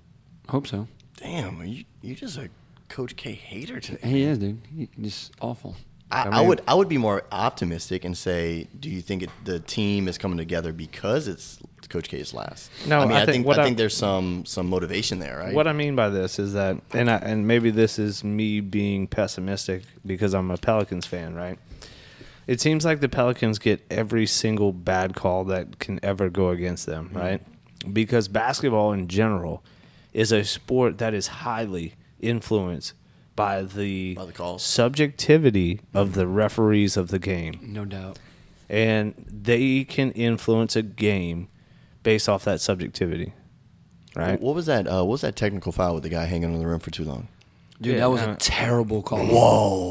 Speaker 2: Hope so.
Speaker 3: Damn, you you just a Coach K hater today.
Speaker 2: He is, dude. He, just awful.
Speaker 3: I, I, would I would be more optimistic and say, do you think it, the team is coming together because it's Coach K's last?
Speaker 1: No,
Speaker 3: I mean
Speaker 1: I
Speaker 3: I,
Speaker 1: think
Speaker 3: think
Speaker 1: what
Speaker 3: I,
Speaker 1: I-
Speaker 3: think there's some some motivation there, right?
Speaker 1: What I mean by this is that, and I, and maybe this is me being pessimistic because I'm a Pelicans fan, right? It seems like the Pelicans get every single bad call that can ever go against them,
Speaker 3: Mm-hmm.
Speaker 1: right? Because basketball in general is a sport that is highly influenced by the,
Speaker 3: By the calls. Mm-hmm.
Speaker 1: subjectivity of the referees of the game
Speaker 2: No doubt.
Speaker 1: and they can influence a game based off that subjectivity, right?
Speaker 3: What was that? Uh, what was that technical foul with the guy hanging on the rim for too long?
Speaker 2: Dude,
Speaker 1: Yeah,
Speaker 2: that was
Speaker 1: uh,
Speaker 2: a terrible call. Oh,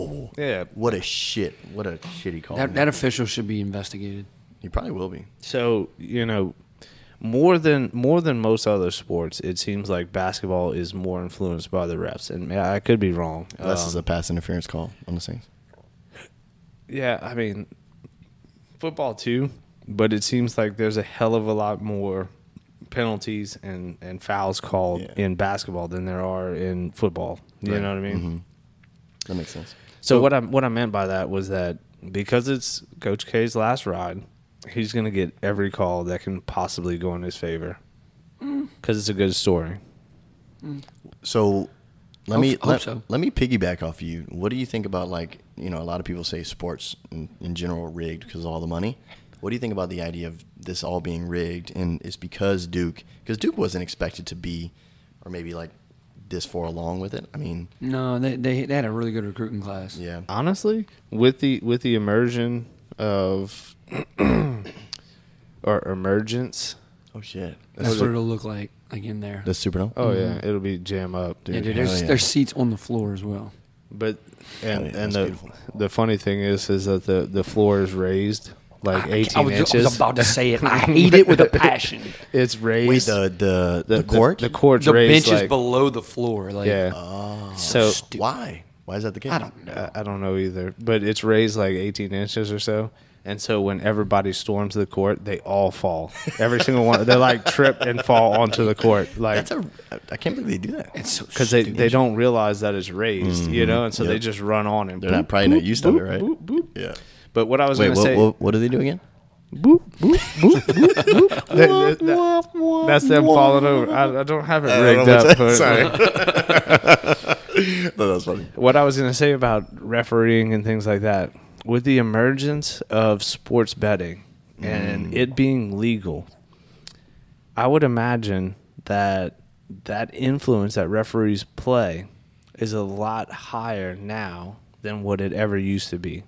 Speaker 3: Whoa!
Speaker 1: Yeah.
Speaker 3: What a shit! What a shitty call.
Speaker 2: That, that official should be investigated.
Speaker 3: he probably will be.
Speaker 1: So you know, more than more than most other sports, it seems like basketball is more influenced by the refs, and I could be wrong.
Speaker 3: Unless
Speaker 1: Um,
Speaker 3: it's a pass interference call on the Saints.
Speaker 1: yeah, I mean, football too, but it seems like there's a hell of a lot more penalties and, and fouls called
Speaker 3: Yeah.
Speaker 1: in basketball than there are in football. You
Speaker 3: Right. Mm-hmm.
Speaker 1: know what I mean?
Speaker 3: That makes sense.
Speaker 1: So what I what I meant by that was that because it's Coach K's last ride, he's going to get every call that can possibly go in his favor
Speaker 3: Mm.
Speaker 1: because it's a good story.
Speaker 3: So let
Speaker 2: Hope-
Speaker 3: me
Speaker 2: hope
Speaker 3: let,
Speaker 2: so.
Speaker 3: let me piggyback off you. What do you think about like you know a lot of people say sports in, in general are rigged because of all the money. What do you think about the idea of this all being rigged and it's because Duke because Duke wasn't expected to be or maybe like this far along with it. I mean,
Speaker 2: No, they, they, they had a really good recruiting class.
Speaker 3: yeah,
Speaker 1: Honestly, with the with the immersion of or emergence.
Speaker 3: Oh shit.
Speaker 2: That's,
Speaker 3: That's,
Speaker 2: what it'll look like, like in there.
Speaker 3: that's super dope.
Speaker 1: Oh yeah, it'll be jam up, dude.
Speaker 2: yeah, dude.
Speaker 3: hell
Speaker 2: There's,
Speaker 3: yeah.
Speaker 2: there's seats on the floor as well.
Speaker 1: But and
Speaker 3: Oh, yeah,
Speaker 1: and
Speaker 3: that's
Speaker 1: the
Speaker 3: beautiful.
Speaker 1: the funny thing is is that the the floor is raised like
Speaker 2: I can't-
Speaker 1: eighteen
Speaker 2: I was, I was
Speaker 1: inches.
Speaker 2: about to say it. I hate it with a passion.
Speaker 1: it's raised.
Speaker 3: Wait, the the, the, court?
Speaker 1: The, court's
Speaker 2: the
Speaker 1: raised
Speaker 2: bench is
Speaker 1: like-
Speaker 3: Oh.
Speaker 2: below the floor. Like,
Speaker 1: Yeah. so
Speaker 3: Why? Why is that the case?
Speaker 2: I don't know.
Speaker 1: I, I don't know either, but it's raised like 18 inches or so. And so when everybody storms the court, they all fall. Every single one. They like trip and fall onto the court. Like
Speaker 3: That's a. I- I can't believe they do that.
Speaker 2: It's so
Speaker 1: because they, they don't realize that it's raised, you know, and so they just run on and
Speaker 3: Mm-hmm. They're not probably not used to it, right?
Speaker 1: boop, boop.
Speaker 3: Yeah.
Speaker 1: But what I was
Speaker 3: Wait,
Speaker 1: going to
Speaker 3: what,
Speaker 1: say,
Speaker 3: what, what do they do again?
Speaker 1: boop, boop, boop, boop, boop. That- that- that's them falling over. I, I don't have it
Speaker 3: Uh,
Speaker 1: rigged up. but-
Speaker 3: I thought that was funny.
Speaker 1: what I was going to say about refereeing and things like that, with the emergence of sports betting and it being legal, I would imagine that that influence that referees play is a lot higher now than what it ever used to be.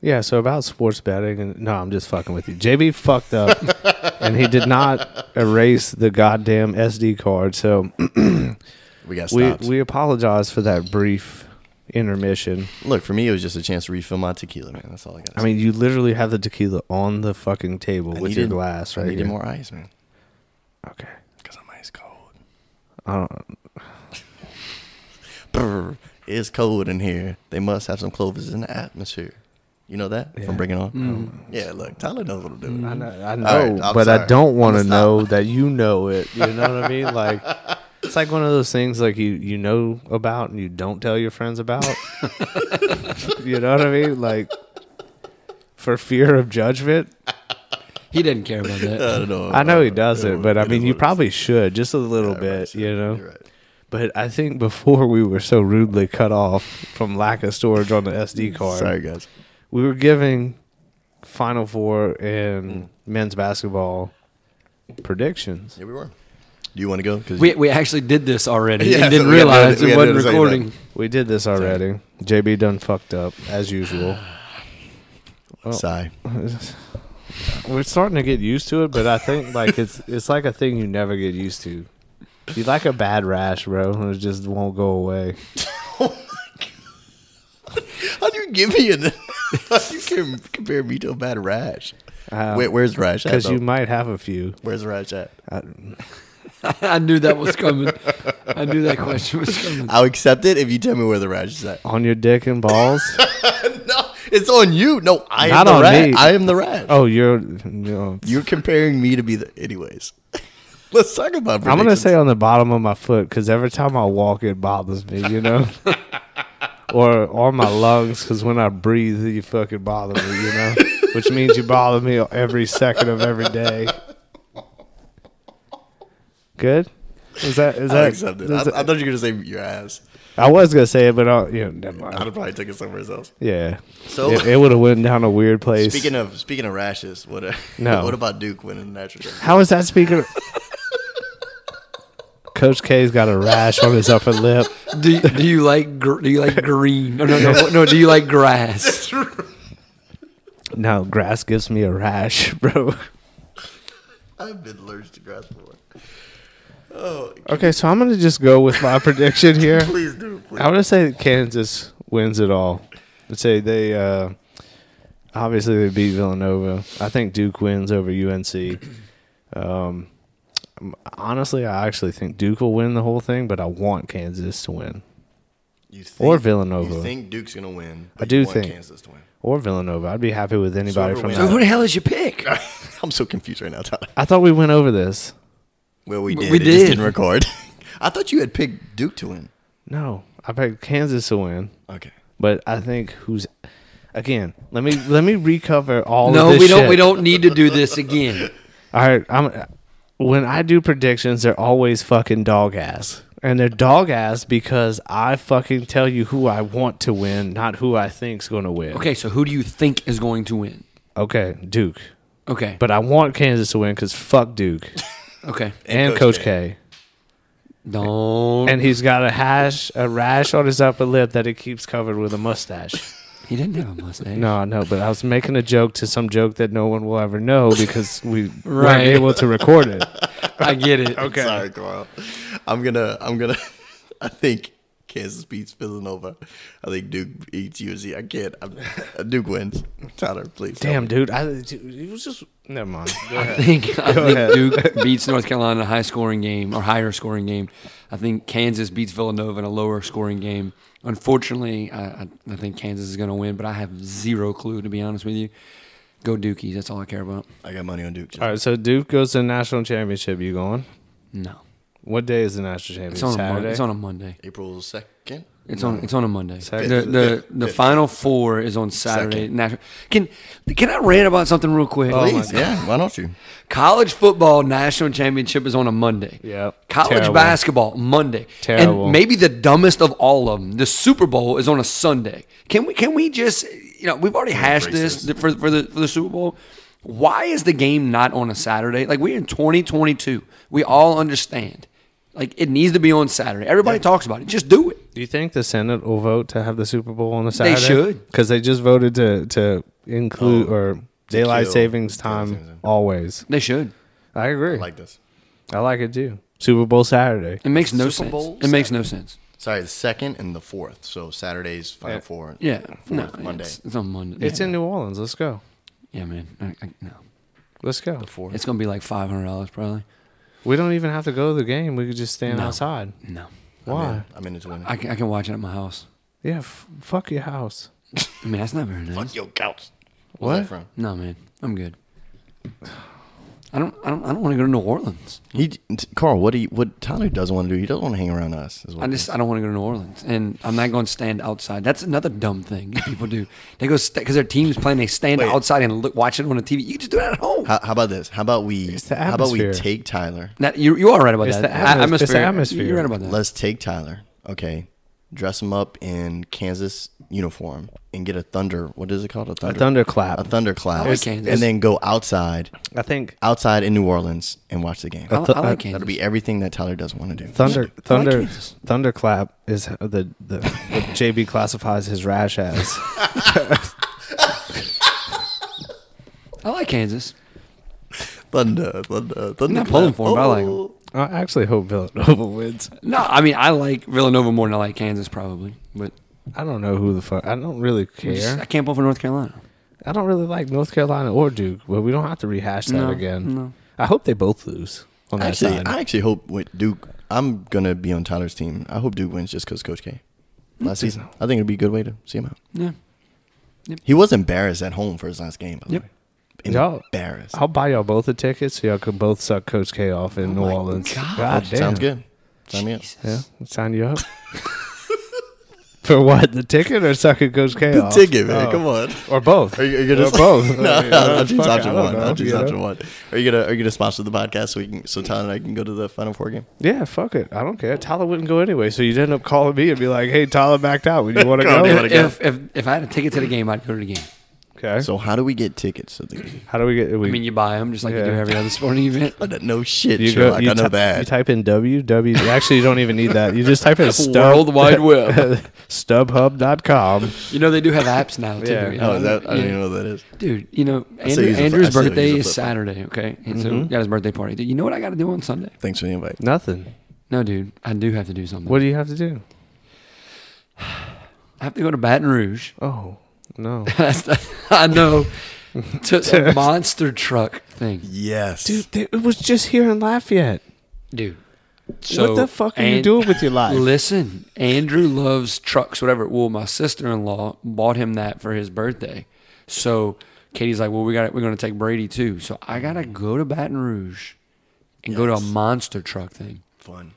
Speaker 1: Yeah, so about sports betting and no, I'm just fucking with you. JB fucked up and he did not erase the goddamn SD card. So
Speaker 3: We got
Speaker 1: we
Speaker 3: stopped.
Speaker 1: we apologize for that brief intermission.
Speaker 3: Look, for me, it was just a chance to refill my tequila, man. That's all I got.
Speaker 1: I mean, you literally have the tequila on the fucking table
Speaker 3: I
Speaker 1: with your
Speaker 3: needed-
Speaker 1: glass right
Speaker 3: I needed
Speaker 1: here.
Speaker 3: more ice, man.
Speaker 1: Okay.
Speaker 3: Because I'm ice cold.
Speaker 1: I don't,
Speaker 3: Brr, it's cold in here. They must have some clovers in the atmosphere. You know that
Speaker 1: Yeah. Mm.
Speaker 3: from Bringing On? Oh Yeah, look, Tyler knows what to do.
Speaker 1: I know, I
Speaker 3: right,
Speaker 1: know
Speaker 3: I'm
Speaker 1: Oh, but
Speaker 3: sorry.
Speaker 1: I don't want to
Speaker 3: Let's
Speaker 1: know that you know it. You know what I mean? Like it's like one of those things like you you know about and you don't tell your friends about. you know what I mean? Like for fear of judgment.
Speaker 2: He didn't care about
Speaker 3: I
Speaker 2: that.
Speaker 3: don't know.
Speaker 1: I know he
Speaker 3: Uh,
Speaker 1: doesn't, but I
Speaker 3: it is
Speaker 1: mean,
Speaker 3: what
Speaker 1: you
Speaker 3: it is.
Speaker 1: probably should just a little
Speaker 3: Yeah,
Speaker 1: bit,
Speaker 3: right, sure.
Speaker 1: you know.
Speaker 3: You're right.
Speaker 1: But I think before we were so rudely cut off from lack of storage on the SD card,
Speaker 3: Mm, Sorry, guys.
Speaker 1: we were giving Final Four and
Speaker 3: Mm.
Speaker 1: men's basketball predictions.
Speaker 3: Here we were. Do you want to go? Because
Speaker 2: We, we actually did this already
Speaker 3: Yeah,
Speaker 2: and didn't
Speaker 3: so we had to-
Speaker 2: realize
Speaker 3: we
Speaker 2: it
Speaker 3: had to
Speaker 2: wasn't
Speaker 3: say that.
Speaker 2: recording.
Speaker 1: We did this already. JB done fucked up as usual. Oh.
Speaker 3: sigh.
Speaker 1: We're starting to get used to it, but I think like it's it's like a thing you never get used to. You like a bad rash, bro, and it just won't go away.
Speaker 3: How do you give me an? How do you can compare me to a bad rash?
Speaker 1: Uh,
Speaker 3: Wait, where's rash at?
Speaker 1: Because you
Speaker 3: though?
Speaker 1: might have a few. Uh,
Speaker 3: where's rash at?
Speaker 2: I knew that was coming. I knew that question was coming.
Speaker 3: I'll accept it if you tell me where the rash is at.
Speaker 1: on your dick and balls.
Speaker 3: No, it's on you. No, I
Speaker 1: Not
Speaker 3: am the
Speaker 1: on
Speaker 3: rash.
Speaker 1: me.
Speaker 3: I am the rash.
Speaker 1: oh, you're. No.
Speaker 3: You're comparing me to be the. Anyways, let's talk about.
Speaker 1: I'm gonna
Speaker 3: predictions.
Speaker 1: say on the bottom of my foot because every time I walk, it bothers me. You know. Or on my lungs, because when I breathe, you fucking bother me, you know? Which means you bother me every second of every day. Good? Is that. Is
Speaker 3: I
Speaker 1: that,
Speaker 3: accept it.
Speaker 1: is
Speaker 3: I, I
Speaker 1: that-
Speaker 3: thought you were gonna say your ass.
Speaker 1: I was going to say it, but I, you know, never
Speaker 3: I'd
Speaker 1: mind.
Speaker 3: have probably taken somewhere else.
Speaker 1: Yeah.
Speaker 3: So-
Speaker 1: it, it would have went down a weird place.
Speaker 3: Speaking of speaking of rashes, what
Speaker 1: No.
Speaker 3: what about Duke winning the national championship?
Speaker 1: How is that speaking? of- Coach K's got a rash on his upper lip.
Speaker 2: Do, do you like gr- do you like green? No, no, no, no, Do you like grass?
Speaker 1: No, grass gives me a rash, bro.
Speaker 3: I've been allergic to grass before. Oh,
Speaker 1: Okay, so I'm gonna just go with my prediction here.
Speaker 3: please do. Please.
Speaker 1: I'm gonna say that Kansas wins it all. I'd say they uh, obviously they beat Villanova. I think Duke wins over UNC. Um, honestly, I actually think Duke will win the whole thing, but I want Kansas to win
Speaker 3: You think,
Speaker 1: Or Villanova.
Speaker 3: You think Duke's gonna win? but
Speaker 1: I do
Speaker 3: you want
Speaker 1: think.
Speaker 3: Kansas to win.
Speaker 1: or Villanova. I'd be happy with anybody
Speaker 3: whoever
Speaker 1: from
Speaker 3: wins-
Speaker 2: So
Speaker 1: that.
Speaker 2: who the hell is your pick?
Speaker 3: I'm so confused right now, Tyler.
Speaker 1: I thought we went over this.
Speaker 3: Well, we
Speaker 2: W-
Speaker 3: did.
Speaker 2: we
Speaker 3: We
Speaker 2: did.
Speaker 3: Just didn't record. I thought you had picked Duke to win.
Speaker 1: No, I picked Kansas to win,
Speaker 3: Okay.
Speaker 1: but I think who's again. Let me let me recover all.
Speaker 2: no,
Speaker 1: of this
Speaker 2: we don't.
Speaker 1: shit.
Speaker 2: We don't need to do this again.
Speaker 1: All right, I'm. When I do predictions, they're always fucking dog ass, and they're dog ass because I fucking tell you who I want to win, not who I think's going to win.
Speaker 2: Okay, so who do you think is going to win?
Speaker 1: okay, Duke,
Speaker 2: Okay,
Speaker 1: but I want Kansas to win because fuck Duke
Speaker 2: okay,
Speaker 1: and, Coach,
Speaker 3: Coach
Speaker 1: K.
Speaker 2: don't.
Speaker 1: and he's got a hash, a rash on his upper lip that he keeps covered with a mustache.
Speaker 2: he didn't have a mustache.
Speaker 1: No, I know, but I was making a joke to some joke that no one will ever know because we
Speaker 2: Right.
Speaker 1: weren't able to record it.
Speaker 2: I get it.
Speaker 3: Sorry, Carl. I'm gonna. I'm gonna. I think Kansas beats Villanova. I think Duke beats USC. I can't. I'm, Duke wins. Tyler, please. help
Speaker 1: Damn,
Speaker 3: me.
Speaker 1: dude. I, dude, it was just. Never mind. Go
Speaker 2: I
Speaker 1: ahead.
Speaker 2: think, I
Speaker 1: ahead.
Speaker 2: think Duke beats North Carolina in a high scoring game or higher scoring game. I think Kansas beats Villanova in a lower scoring game. Unfortunately, I, I, I think Kansas is going to win, but I have zero clue, to be honest with you. Go Dukies. That's all I care about.
Speaker 3: I got money on Duke. too.
Speaker 1: All right, so Duke goes to the national championship. You going?
Speaker 2: No.
Speaker 1: What day is the national championship?
Speaker 2: It's on, a, Mon-
Speaker 1: Saturday.
Speaker 2: it's on a Monday.
Speaker 3: April second.
Speaker 2: It's on. It's on a Monday.
Speaker 1: Second.
Speaker 2: The the, the final four is on Saturday.
Speaker 3: Second.
Speaker 2: Nat- Can can I rant about something real quick?
Speaker 3: Please, yeah. Why don't you?
Speaker 2: College football national championship is on a Monday.
Speaker 1: Yep.
Speaker 2: College
Speaker 1: Terrible.
Speaker 2: basketball Monday.
Speaker 1: Terrible.
Speaker 2: And maybe the dumbest of all of them, the Super Bowl is on a Sunday. Can we can we just you know we've already hashed this
Speaker 3: Embrace
Speaker 2: for for the for the Super Bowl. Why is the game not on a Saturday? Like we're in 2022. We all understand. Like it needs to be on Saturday. Everybody talks about it. Just do it.
Speaker 1: Do you think the Senate will vote to have the Super Bowl on a Saturday?
Speaker 2: should.
Speaker 1: because they just voted to to include or daylight
Speaker 3: Oh, kill
Speaker 1: savings
Speaker 3: daylight
Speaker 1: time
Speaker 3: savings time.
Speaker 1: always.
Speaker 2: They should.
Speaker 1: I agree.
Speaker 3: I like this.
Speaker 1: I like it too. Super Bowl Saturday.
Speaker 2: It makes no
Speaker 3: Super
Speaker 2: sense.
Speaker 3: Bowl
Speaker 2: it makes no sense.
Speaker 3: Sorry, the second and the fourth. So Saturday's final four.
Speaker 2: Yeah. No,
Speaker 3: Fourth Monday.
Speaker 2: It's, it's on Monday.
Speaker 1: It's in New Orleans. Let's go.
Speaker 2: Yeah, man. I, I, no.
Speaker 1: Let's go.
Speaker 3: Fourth.
Speaker 2: It's gonna be like five hundred dollars probably.
Speaker 1: We don't even have to go to the game. We could just stand
Speaker 2: No.
Speaker 1: outside.
Speaker 2: No,
Speaker 1: Why?
Speaker 3: I'm in it to win.
Speaker 2: I can, I can watch it at my house.
Speaker 1: Yeah. F- fuck your house.
Speaker 2: I mean, that's not very nice.
Speaker 3: Fuck your couch.
Speaker 1: What?
Speaker 3: Where's that from?
Speaker 2: No, man, I'm good. I don't, I don't, I don't want to go to New Orleans.
Speaker 3: He, t- Carl, what he, what Tyler doesn't want to do, he doesn't want to hang around us. Is what
Speaker 2: I just, I don't want to go to New Orleans, and I'm not going to stand outside. That's another dumb thing that people do. They go because their team's playing, they stand
Speaker 3: Wait.
Speaker 2: outside and look, watch it on the TV. You can just do that at home.
Speaker 3: how, how about this? How about we?
Speaker 1: the
Speaker 3: How about we
Speaker 1: atmosphere.
Speaker 3: take Tyler?
Speaker 2: That you, you are right about
Speaker 1: It's
Speaker 2: that.
Speaker 1: the atmos- it's the atmosphere.
Speaker 2: You're right about that.
Speaker 3: Let's take Tyler. Okay, dress him up in Kansas uniform and get a thunder. What is it called? A
Speaker 1: A
Speaker 3: thunder.
Speaker 1: thunderclap.
Speaker 3: A thundercloud.
Speaker 2: I like Kansas.
Speaker 3: And then go outside,
Speaker 1: I think
Speaker 3: outside in New Orleans, and watch the game.
Speaker 2: I, I like Kansas.
Speaker 3: That'll be everything that Tyler doesn't want to do.
Speaker 1: Thunder,
Speaker 2: I like
Speaker 1: thunder,
Speaker 2: Kansas.
Speaker 1: thunderclap is h- the the what JB classifies his rash as.
Speaker 2: I like Kansas.
Speaker 3: Thunder, thunder, thunder. Oh.
Speaker 2: not pulling for him, but I like him.
Speaker 1: I actually hope Villanova wins.
Speaker 2: No, I mean I like Villanova more than I like Kansas probably, but
Speaker 1: I don't know who the fuck. I don't really
Speaker 2: I just- I
Speaker 1: care.
Speaker 2: can't pull for North Carolina.
Speaker 1: I don't really like North Carolina or Duke, but we don't have to rehash that
Speaker 2: No,
Speaker 1: again.
Speaker 2: no.
Speaker 1: I hope they both lose on that
Speaker 3: Actually,
Speaker 1: side.
Speaker 3: I actually hope with Duke. I'm gonna be on Tyler's team. I hope Duke wins just because Coach K. Last season, I think it'd be a good way to see him out.
Speaker 2: Yeah.
Speaker 3: He was embarrassed at home for his last game. By the
Speaker 2: Yep.
Speaker 3: way.
Speaker 1: Y'all-
Speaker 3: embarrassed.
Speaker 1: I'll buy y'all both a ticket so y'all can both suck Coach K off in New Orleans.
Speaker 2: God.
Speaker 1: damn.
Speaker 3: Sounds good. Sign me up.
Speaker 1: Yeah, sign you up. For what? The ticket or sucking Coach K
Speaker 3: The
Speaker 1: off?
Speaker 3: ticket, man.
Speaker 1: Oh.
Speaker 3: Come on.
Speaker 1: Or both.
Speaker 3: Are you, are you gonna
Speaker 1: Or both.
Speaker 3: no, I'll choose
Speaker 1: Fuck, I
Speaker 3: option
Speaker 1: don't
Speaker 3: one.
Speaker 1: know,
Speaker 3: I'll choose
Speaker 1: you know?
Speaker 3: option one. Are you gonna Are you gonna sponsor the podcast so we can so Tyler and I can go to the Final Four game?
Speaker 1: Yeah, fuck it. I don't care. Tyler wouldn't go anyway, so you'd end up calling me and be like, "Hey, Tyler backed out. Would you want to
Speaker 3: God damn
Speaker 1: go?"
Speaker 3: it.
Speaker 2: If, if if I had a ticket to the game, I'd go to the game.
Speaker 1: Okay. So
Speaker 3: So how do we get tickets? To the game?
Speaker 1: how do we get? We,
Speaker 2: I mean, you buy them just like
Speaker 1: Yeah.
Speaker 2: you do every other sporting event.
Speaker 3: I don't know shit,
Speaker 1: you
Speaker 3: Sherlock. I know
Speaker 1: ty- You
Speaker 3: that.
Speaker 1: type in W W. Actually, you don't even need that. You just type in stub,
Speaker 2: World Wide Web.
Speaker 1: Stubhub.com.
Speaker 2: You know they do have apps now too.
Speaker 1: Yeah.
Speaker 2: you know?
Speaker 3: oh, is that, I don't
Speaker 2: Yeah.
Speaker 3: even know what that is.
Speaker 2: Dude, you know Andrew,
Speaker 3: still use a flip- I
Speaker 2: Andrew's
Speaker 3: still use a
Speaker 2: birthday
Speaker 3: flip
Speaker 2: is
Speaker 3: phone. Mm-hmm.
Speaker 2: Saturday. Okay, and so we got his birthday party. Dude, you know what I got to do on Sunday?
Speaker 3: Thanks for the invite.
Speaker 1: Nothing.
Speaker 2: No, dude, I do have to do something.
Speaker 1: What do you have to do?
Speaker 2: I have to go to Baton Rouge.
Speaker 1: Oh no,
Speaker 2: That's the- I know. To the monster truck thing,
Speaker 3: Yes.
Speaker 1: dude, they, it was just here in Lafayette.
Speaker 2: dude. So
Speaker 1: what the fuck are you
Speaker 2: and-
Speaker 1: doing with your life?
Speaker 2: Listen, Andrew loves trucks, whatever. Well, my sister in law bought him that for his birthday. So Katie's like, well, we got we're gonna take Brady too. So I gotta go to Baton Rouge and go to a monster truck thing.
Speaker 3: Fun.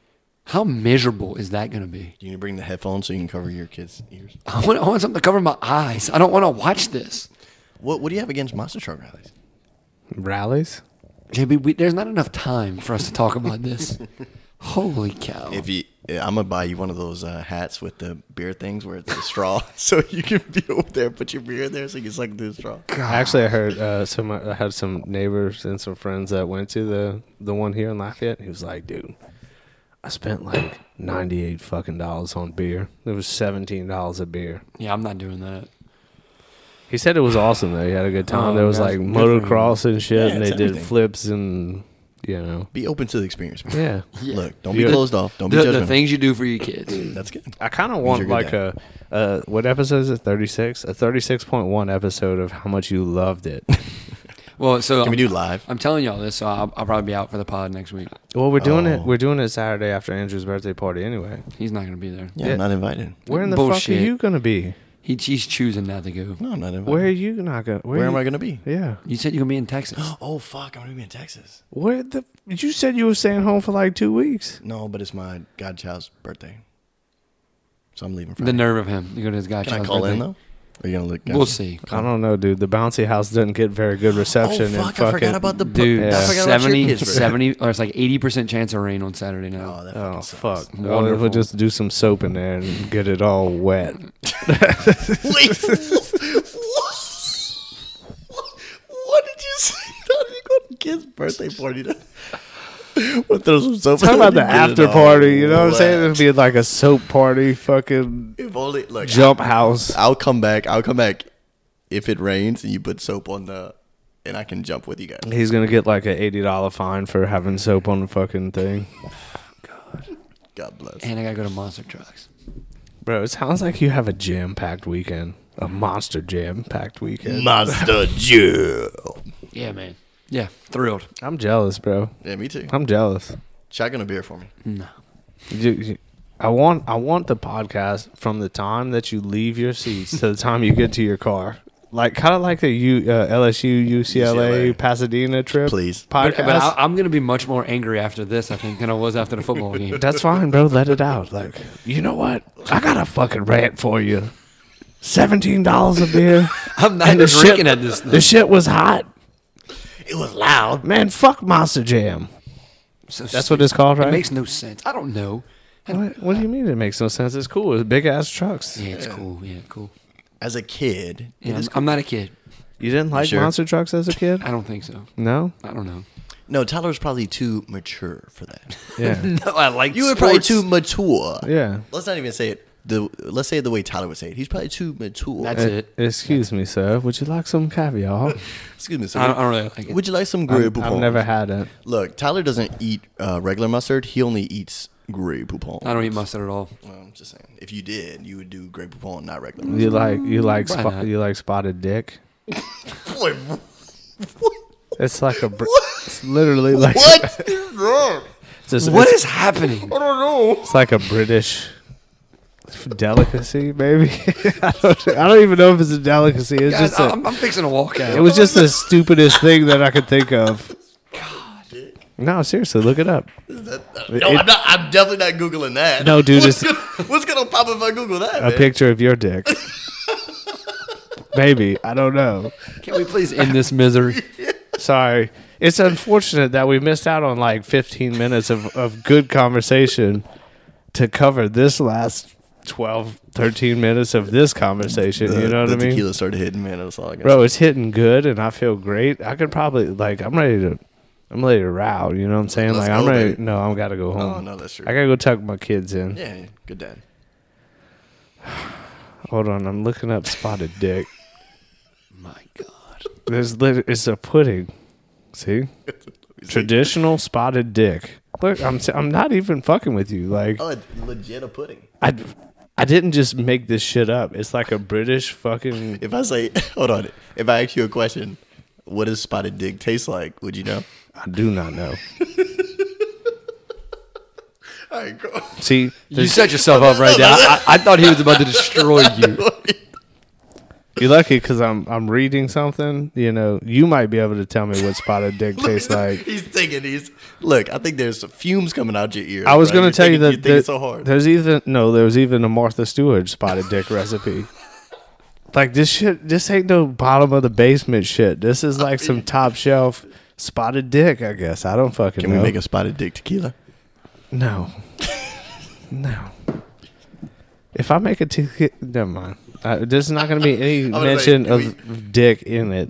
Speaker 2: How miserable is that gonna be?
Speaker 3: You need to bring the headphones so you can cover your kids' ears.
Speaker 2: I want, I want something to cover my eyes. I don't want to watch this.
Speaker 3: What What do you have against monster truck rallies?
Speaker 1: Rallies.
Speaker 2: JB, we, there's not enough time for us to talk about this. Holy cow!
Speaker 3: If you, yeah, I'm gonna buy you one of those uh, hats with the beer things where it's a straw, so you can be over there, put your beer in there, so you can suck through the straw.
Speaker 1: Actually, I heard uh, some. I had some neighbors and some friends that went to the the one here in Lafayette. He was like, "Dude, I spent like ninety eight fucking dollars on beer. It was seventeen dollars a beer."
Speaker 2: yeah, I'm not doing that.
Speaker 1: He said it was awesome though. He had a good time.
Speaker 2: Oh,
Speaker 1: there was like
Speaker 2: that's good for him.
Speaker 1: motocross and shit,
Speaker 3: Yeah,
Speaker 1: and they
Speaker 3: it's
Speaker 1: did
Speaker 3: everything.
Speaker 1: flips and You know.
Speaker 3: Be open to the experience. man.
Speaker 1: Yeah.
Speaker 3: Look, don't
Speaker 1: Yeah.
Speaker 3: be closed off. Don't be
Speaker 2: The, the
Speaker 3: judgmental.
Speaker 2: things you do for your kids.
Speaker 3: That's good.
Speaker 1: I kind of
Speaker 3: are
Speaker 1: want
Speaker 3: good
Speaker 1: like
Speaker 3: dad.
Speaker 1: a, uh, what episode is it? Thirty six, a thirty six point one episode of how much you loved it.
Speaker 2: Well, so
Speaker 3: Can we do live?
Speaker 2: I'm telling y'all this, so I'll, I'll probably be out for the pod next week.
Speaker 1: well, we're doing it.
Speaker 3: Oh.
Speaker 1: We're doing it Saturday after Andrew's birthday party anyway.
Speaker 2: He's not gonna be there.
Speaker 3: Yeah,
Speaker 1: Yeah.
Speaker 3: I'm not invited.
Speaker 1: Where in the fuck
Speaker 2: Bullshit.
Speaker 1: are you gonna be?
Speaker 2: He, he's choosing not to go.
Speaker 3: No, I'm not invited.
Speaker 1: Where are you not gonna? Where,
Speaker 3: Where
Speaker 1: you-
Speaker 3: am I gonna be?
Speaker 1: Yeah.
Speaker 2: You said you're gonna be in Texas.
Speaker 3: Oh fuck, I'm gonna be in Texas.
Speaker 1: Where the? You said you were staying home for like two weeks.
Speaker 3: No, but it's my godchild's birthday, so I'm leaving. Friday.
Speaker 2: the nerve of him. You go to his guy.
Speaker 3: Can I call in though? Are you gonna look?
Speaker 2: We'll see.
Speaker 1: I don't know, dude. The bouncy house didn't get very good reception.
Speaker 3: Oh
Speaker 1: and
Speaker 3: fuck, I
Speaker 1: fucking-
Speaker 3: forgot about the pu-
Speaker 2: Dude,
Speaker 1: Yeah.
Speaker 3: I forgot about your
Speaker 2: 70,
Speaker 3: kids, bro.
Speaker 2: 70 or it's like 80% chance of rain on Saturday night.
Speaker 3: Oh, that fucking
Speaker 1: Oh
Speaker 3: sucks.
Speaker 1: fuck! Well,
Speaker 2: Wonderful.
Speaker 1: we'll just do some soap in there and get it all wet.
Speaker 3: Wait, what? what did you say? How did you go to kid's birthday party? What throw some soap?
Speaker 1: Talk
Speaker 3: in
Speaker 1: about the
Speaker 3: there and get
Speaker 1: after
Speaker 3: it all
Speaker 1: party. You know what I'm saying?
Speaker 3: wet.
Speaker 1: It'd be like a soap party, fucking
Speaker 3: If only look,
Speaker 1: jump house.
Speaker 3: I'll come back. I'll come back if it rains and you put soap on the, and I can jump with you guys.
Speaker 1: He's gonna get like an eighty dollar fine for having soap on the fucking thing,
Speaker 3: God bless.
Speaker 2: And I got to go to Monster Trucks.
Speaker 1: bro. It sounds like you have a jam packed weekend, a monster jam packed weekend.
Speaker 3: Master Jill.
Speaker 2: Yeah, man. Yeah, thrilled.
Speaker 1: I'm jealous, bro.
Speaker 3: Yeah, me too.
Speaker 1: I'm jealous.
Speaker 3: Shotgun a beer for me.
Speaker 2: No.
Speaker 1: You- you- I want I want the podcast from the time that you leave your seats to the time you get to your car. Like kind of like the U, uh, LSU UCLA,
Speaker 3: UCLA.
Speaker 1: Pasadena trip.
Speaker 3: Please.
Speaker 2: But,
Speaker 1: podcast.
Speaker 2: but I, I'm going to be much more angry after this, I think, than I was after the football game.
Speaker 1: That's fine, bro. Let it out. Like you know what? I got a fucking rant for you. Seventeen dollars a beer.
Speaker 2: I'm not
Speaker 1: And the
Speaker 2: drinking
Speaker 1: shit-
Speaker 2: at this
Speaker 1: the
Speaker 2: thing.
Speaker 1: shit was hot.
Speaker 3: It was loud.
Speaker 1: Man, fuck Monster Jam.
Speaker 2: So
Speaker 1: That's what it's called,
Speaker 2: stupid.
Speaker 1: right?
Speaker 2: It makes no sense. I don't know. I don't-
Speaker 1: what, what do you mean it makes no sense? It's cool. It's big ass trucks.
Speaker 2: Yeah, it's cool. Yeah, cool.
Speaker 3: As a kid,
Speaker 2: Yeah, I'm, I'm not a kid.
Speaker 1: You didn't like
Speaker 3: sure?
Speaker 1: monster trucks as a kid?
Speaker 2: I don't think so.
Speaker 1: No?
Speaker 2: I don't know.
Speaker 3: no, Tyler's probably too mature for that.
Speaker 1: Yeah.
Speaker 2: No, I like
Speaker 3: You were probably too mature.
Speaker 1: yeah.
Speaker 3: Let's not even say it. The let's say it the way Tyler would say it. He's probably too mature.
Speaker 2: That's
Speaker 1: Eh,
Speaker 2: it.
Speaker 1: Excuse me, sir. Would you like some caviar?
Speaker 3: Excuse me. Sir.
Speaker 2: I don't, I don't really like it.
Speaker 3: would you like some
Speaker 1: I've
Speaker 3: Grey Poupon?
Speaker 1: never had it.
Speaker 3: Look, Tyler doesn't eat uh, regular mustard. He only eats Grey Poupon.
Speaker 1: Uh,
Speaker 2: I don't eat mustard at all.
Speaker 3: Well, I'm just saying. If you did, you would do Grey Poupon, not regular mustard.
Speaker 1: You like you like
Speaker 2: Why
Speaker 1: spot,
Speaker 2: not?
Speaker 1: you like spotted dick.
Speaker 3: Boy,
Speaker 1: It's like a br- it's literally like
Speaker 3: what is wrong?
Speaker 1: It's, just-
Speaker 2: What
Speaker 1: it's,
Speaker 2: is happening?
Speaker 3: I don't know.
Speaker 1: it's like a British delicacy, maybe. I, don't, I don't even know if it's a delicacy. It's
Speaker 2: Guys,
Speaker 1: just a,
Speaker 2: I'm, I'm fixing to walk out.
Speaker 1: it was just the stupidest thing that I could think of. No, seriously, look it up.
Speaker 3: No, I'm not. I'm definitely not googling that.
Speaker 1: No, dude,
Speaker 3: What's,
Speaker 1: it's-
Speaker 3: gonna, what's gonna pop if I Google that?
Speaker 1: A
Speaker 3: man?
Speaker 1: picture of your dick. Maybe I don't know.
Speaker 2: Can we please end this misery?
Speaker 1: Sorry. It's unfortunate that we missed out on like 15 minutes of, of good conversation to cover this last 12, 13 minutes of this conversation.
Speaker 3: The-
Speaker 1: you know what
Speaker 3: the
Speaker 1: I mean?
Speaker 3: Tequila started hitting, man. That's all I got.
Speaker 1: Bro, it's hitting good and I feel great. I could probably, like, I'm ready to. I'm ready to row, you know what I'm saying?
Speaker 3: Let's
Speaker 1: like I'm
Speaker 3: go,
Speaker 1: ready.
Speaker 3: baby.
Speaker 1: No, I'm gotta go home.
Speaker 3: Oh, no, that's true.
Speaker 1: I gotta go tuck my kids in.
Speaker 3: Yeah, yeah, good dad.
Speaker 1: Hold on, I'm looking up spotted dick.
Speaker 2: My God.
Speaker 1: There's lit- it's a pudding. See, traditional spotted dick. Look, I'm s- I'm not even fucking with you. Like
Speaker 3: Oh, it's legit a pudding.
Speaker 1: I, I didn't just make this shit up. It's like a British fucking.
Speaker 3: If I say, hold on, if I ask you a question, what does spotted dick taste like? Would you know?
Speaker 1: I do not know.
Speaker 3: All right, go.
Speaker 1: See,
Speaker 2: You set yourself up right now. I, I thought he was about to destroy you.
Speaker 1: you're lucky because I'm I'm reading something. You know, you might be able to tell me what spotted dick tastes like.
Speaker 3: he's thinking he's look. I think there's fumes coming out your ears.
Speaker 1: I was
Speaker 3: bro.
Speaker 1: gonna
Speaker 3: You're
Speaker 1: tell you
Speaker 3: thinking-
Speaker 1: that
Speaker 3: you're thinking
Speaker 1: there-
Speaker 3: so hard.
Speaker 1: there's even no there was even a Martha Stewart spotted dick recipe. Like this shit, this ain't no bottom of the basement shit. This is like some top shelf spotted dick. I guess I don't fucking.
Speaker 3: Can we
Speaker 1: know.
Speaker 3: make a spotted dick tequila?
Speaker 1: No. no. If I make a tequila, never mind. Uh, there's not going to be any
Speaker 3: gonna
Speaker 1: mention
Speaker 3: say,
Speaker 1: of
Speaker 3: we-
Speaker 1: dick in it.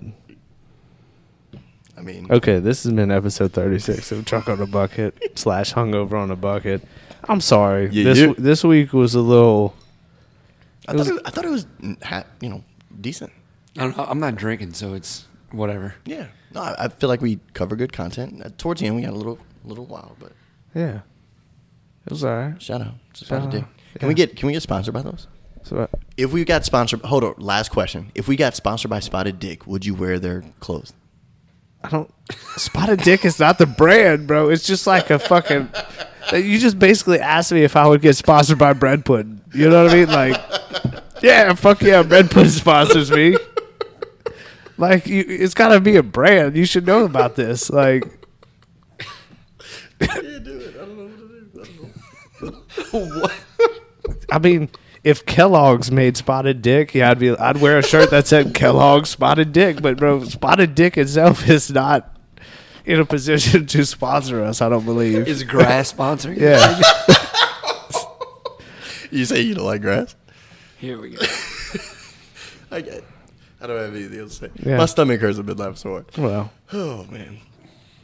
Speaker 3: I mean,
Speaker 1: Okay, this has been episode 36 of Truck on a Bucket slash Hungover on a Bucket. I'm sorry.
Speaker 3: Yeah,
Speaker 1: this
Speaker 3: you-
Speaker 1: w- this week was a little.
Speaker 3: I, thought it, I thought it was mm, ha- you know decent.
Speaker 2: I don't know, I'm not drinking, so it's whatever.
Speaker 3: Yeah, No, I, I feel like we cover good content. Uh, Towards the end, we got a little little wild, but
Speaker 1: Yeah. It was all right.
Speaker 3: shout out. It's
Speaker 1: Shout
Speaker 3: about to do.
Speaker 1: out.
Speaker 3: Can we
Speaker 1: Yeah.
Speaker 3: get can we get sponsored by those?
Speaker 1: So, uh,
Speaker 3: If we got sponsored, hold on. Last question: If we got sponsored by Spotted Dick, would you wear their clothes?
Speaker 1: I don't. Spotted Dick is not the brand, bro. It's just like a fucking. You just basically asked me if I would get sponsored by Bread Pudding. You know what I mean? Like, yeah, fuck yeah, Bread Pudding sponsors me. Like, you, it's got to be a brand. You should know about this. Like,
Speaker 3: what?
Speaker 1: I mean, if Kellogg's made Spotted Dick, yeah, I'd be. I'd wear a shirt that said Kellogg's Spotted Dick. But bro, Spotted Dick itself is not in a position to sponsor us. I don't believe.
Speaker 2: Is grass sponsoring?
Speaker 1: yeah.
Speaker 3: You say you don't like grass?
Speaker 2: Here we go.
Speaker 3: I get. It. I don't have anything else to say.
Speaker 1: Yeah.
Speaker 3: My stomach hurts a bit left sore.
Speaker 1: Well.
Speaker 3: Oh man,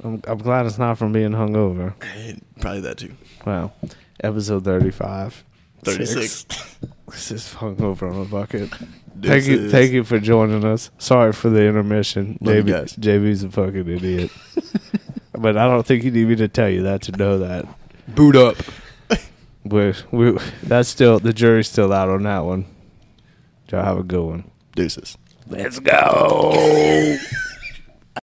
Speaker 1: I'm, I'm glad it's not from being hungover.
Speaker 3: Hey, probably that too.
Speaker 1: Wow. Episode 35.
Speaker 3: Thirty six.
Speaker 1: Six. This is hungover on a bucket.
Speaker 3: This
Speaker 1: Thank you,
Speaker 3: is-
Speaker 1: thank you for joining us. Sorry for the intermission.
Speaker 3: Love you
Speaker 1: JB,
Speaker 3: guys.
Speaker 1: JB's a fucking idiot. but I don't think you need me to tell you that to know that.
Speaker 2: Boot up.
Speaker 1: We we that's still the jury's still out on that one. Y'all have a good one.
Speaker 3: Deuces.
Speaker 1: Let's go.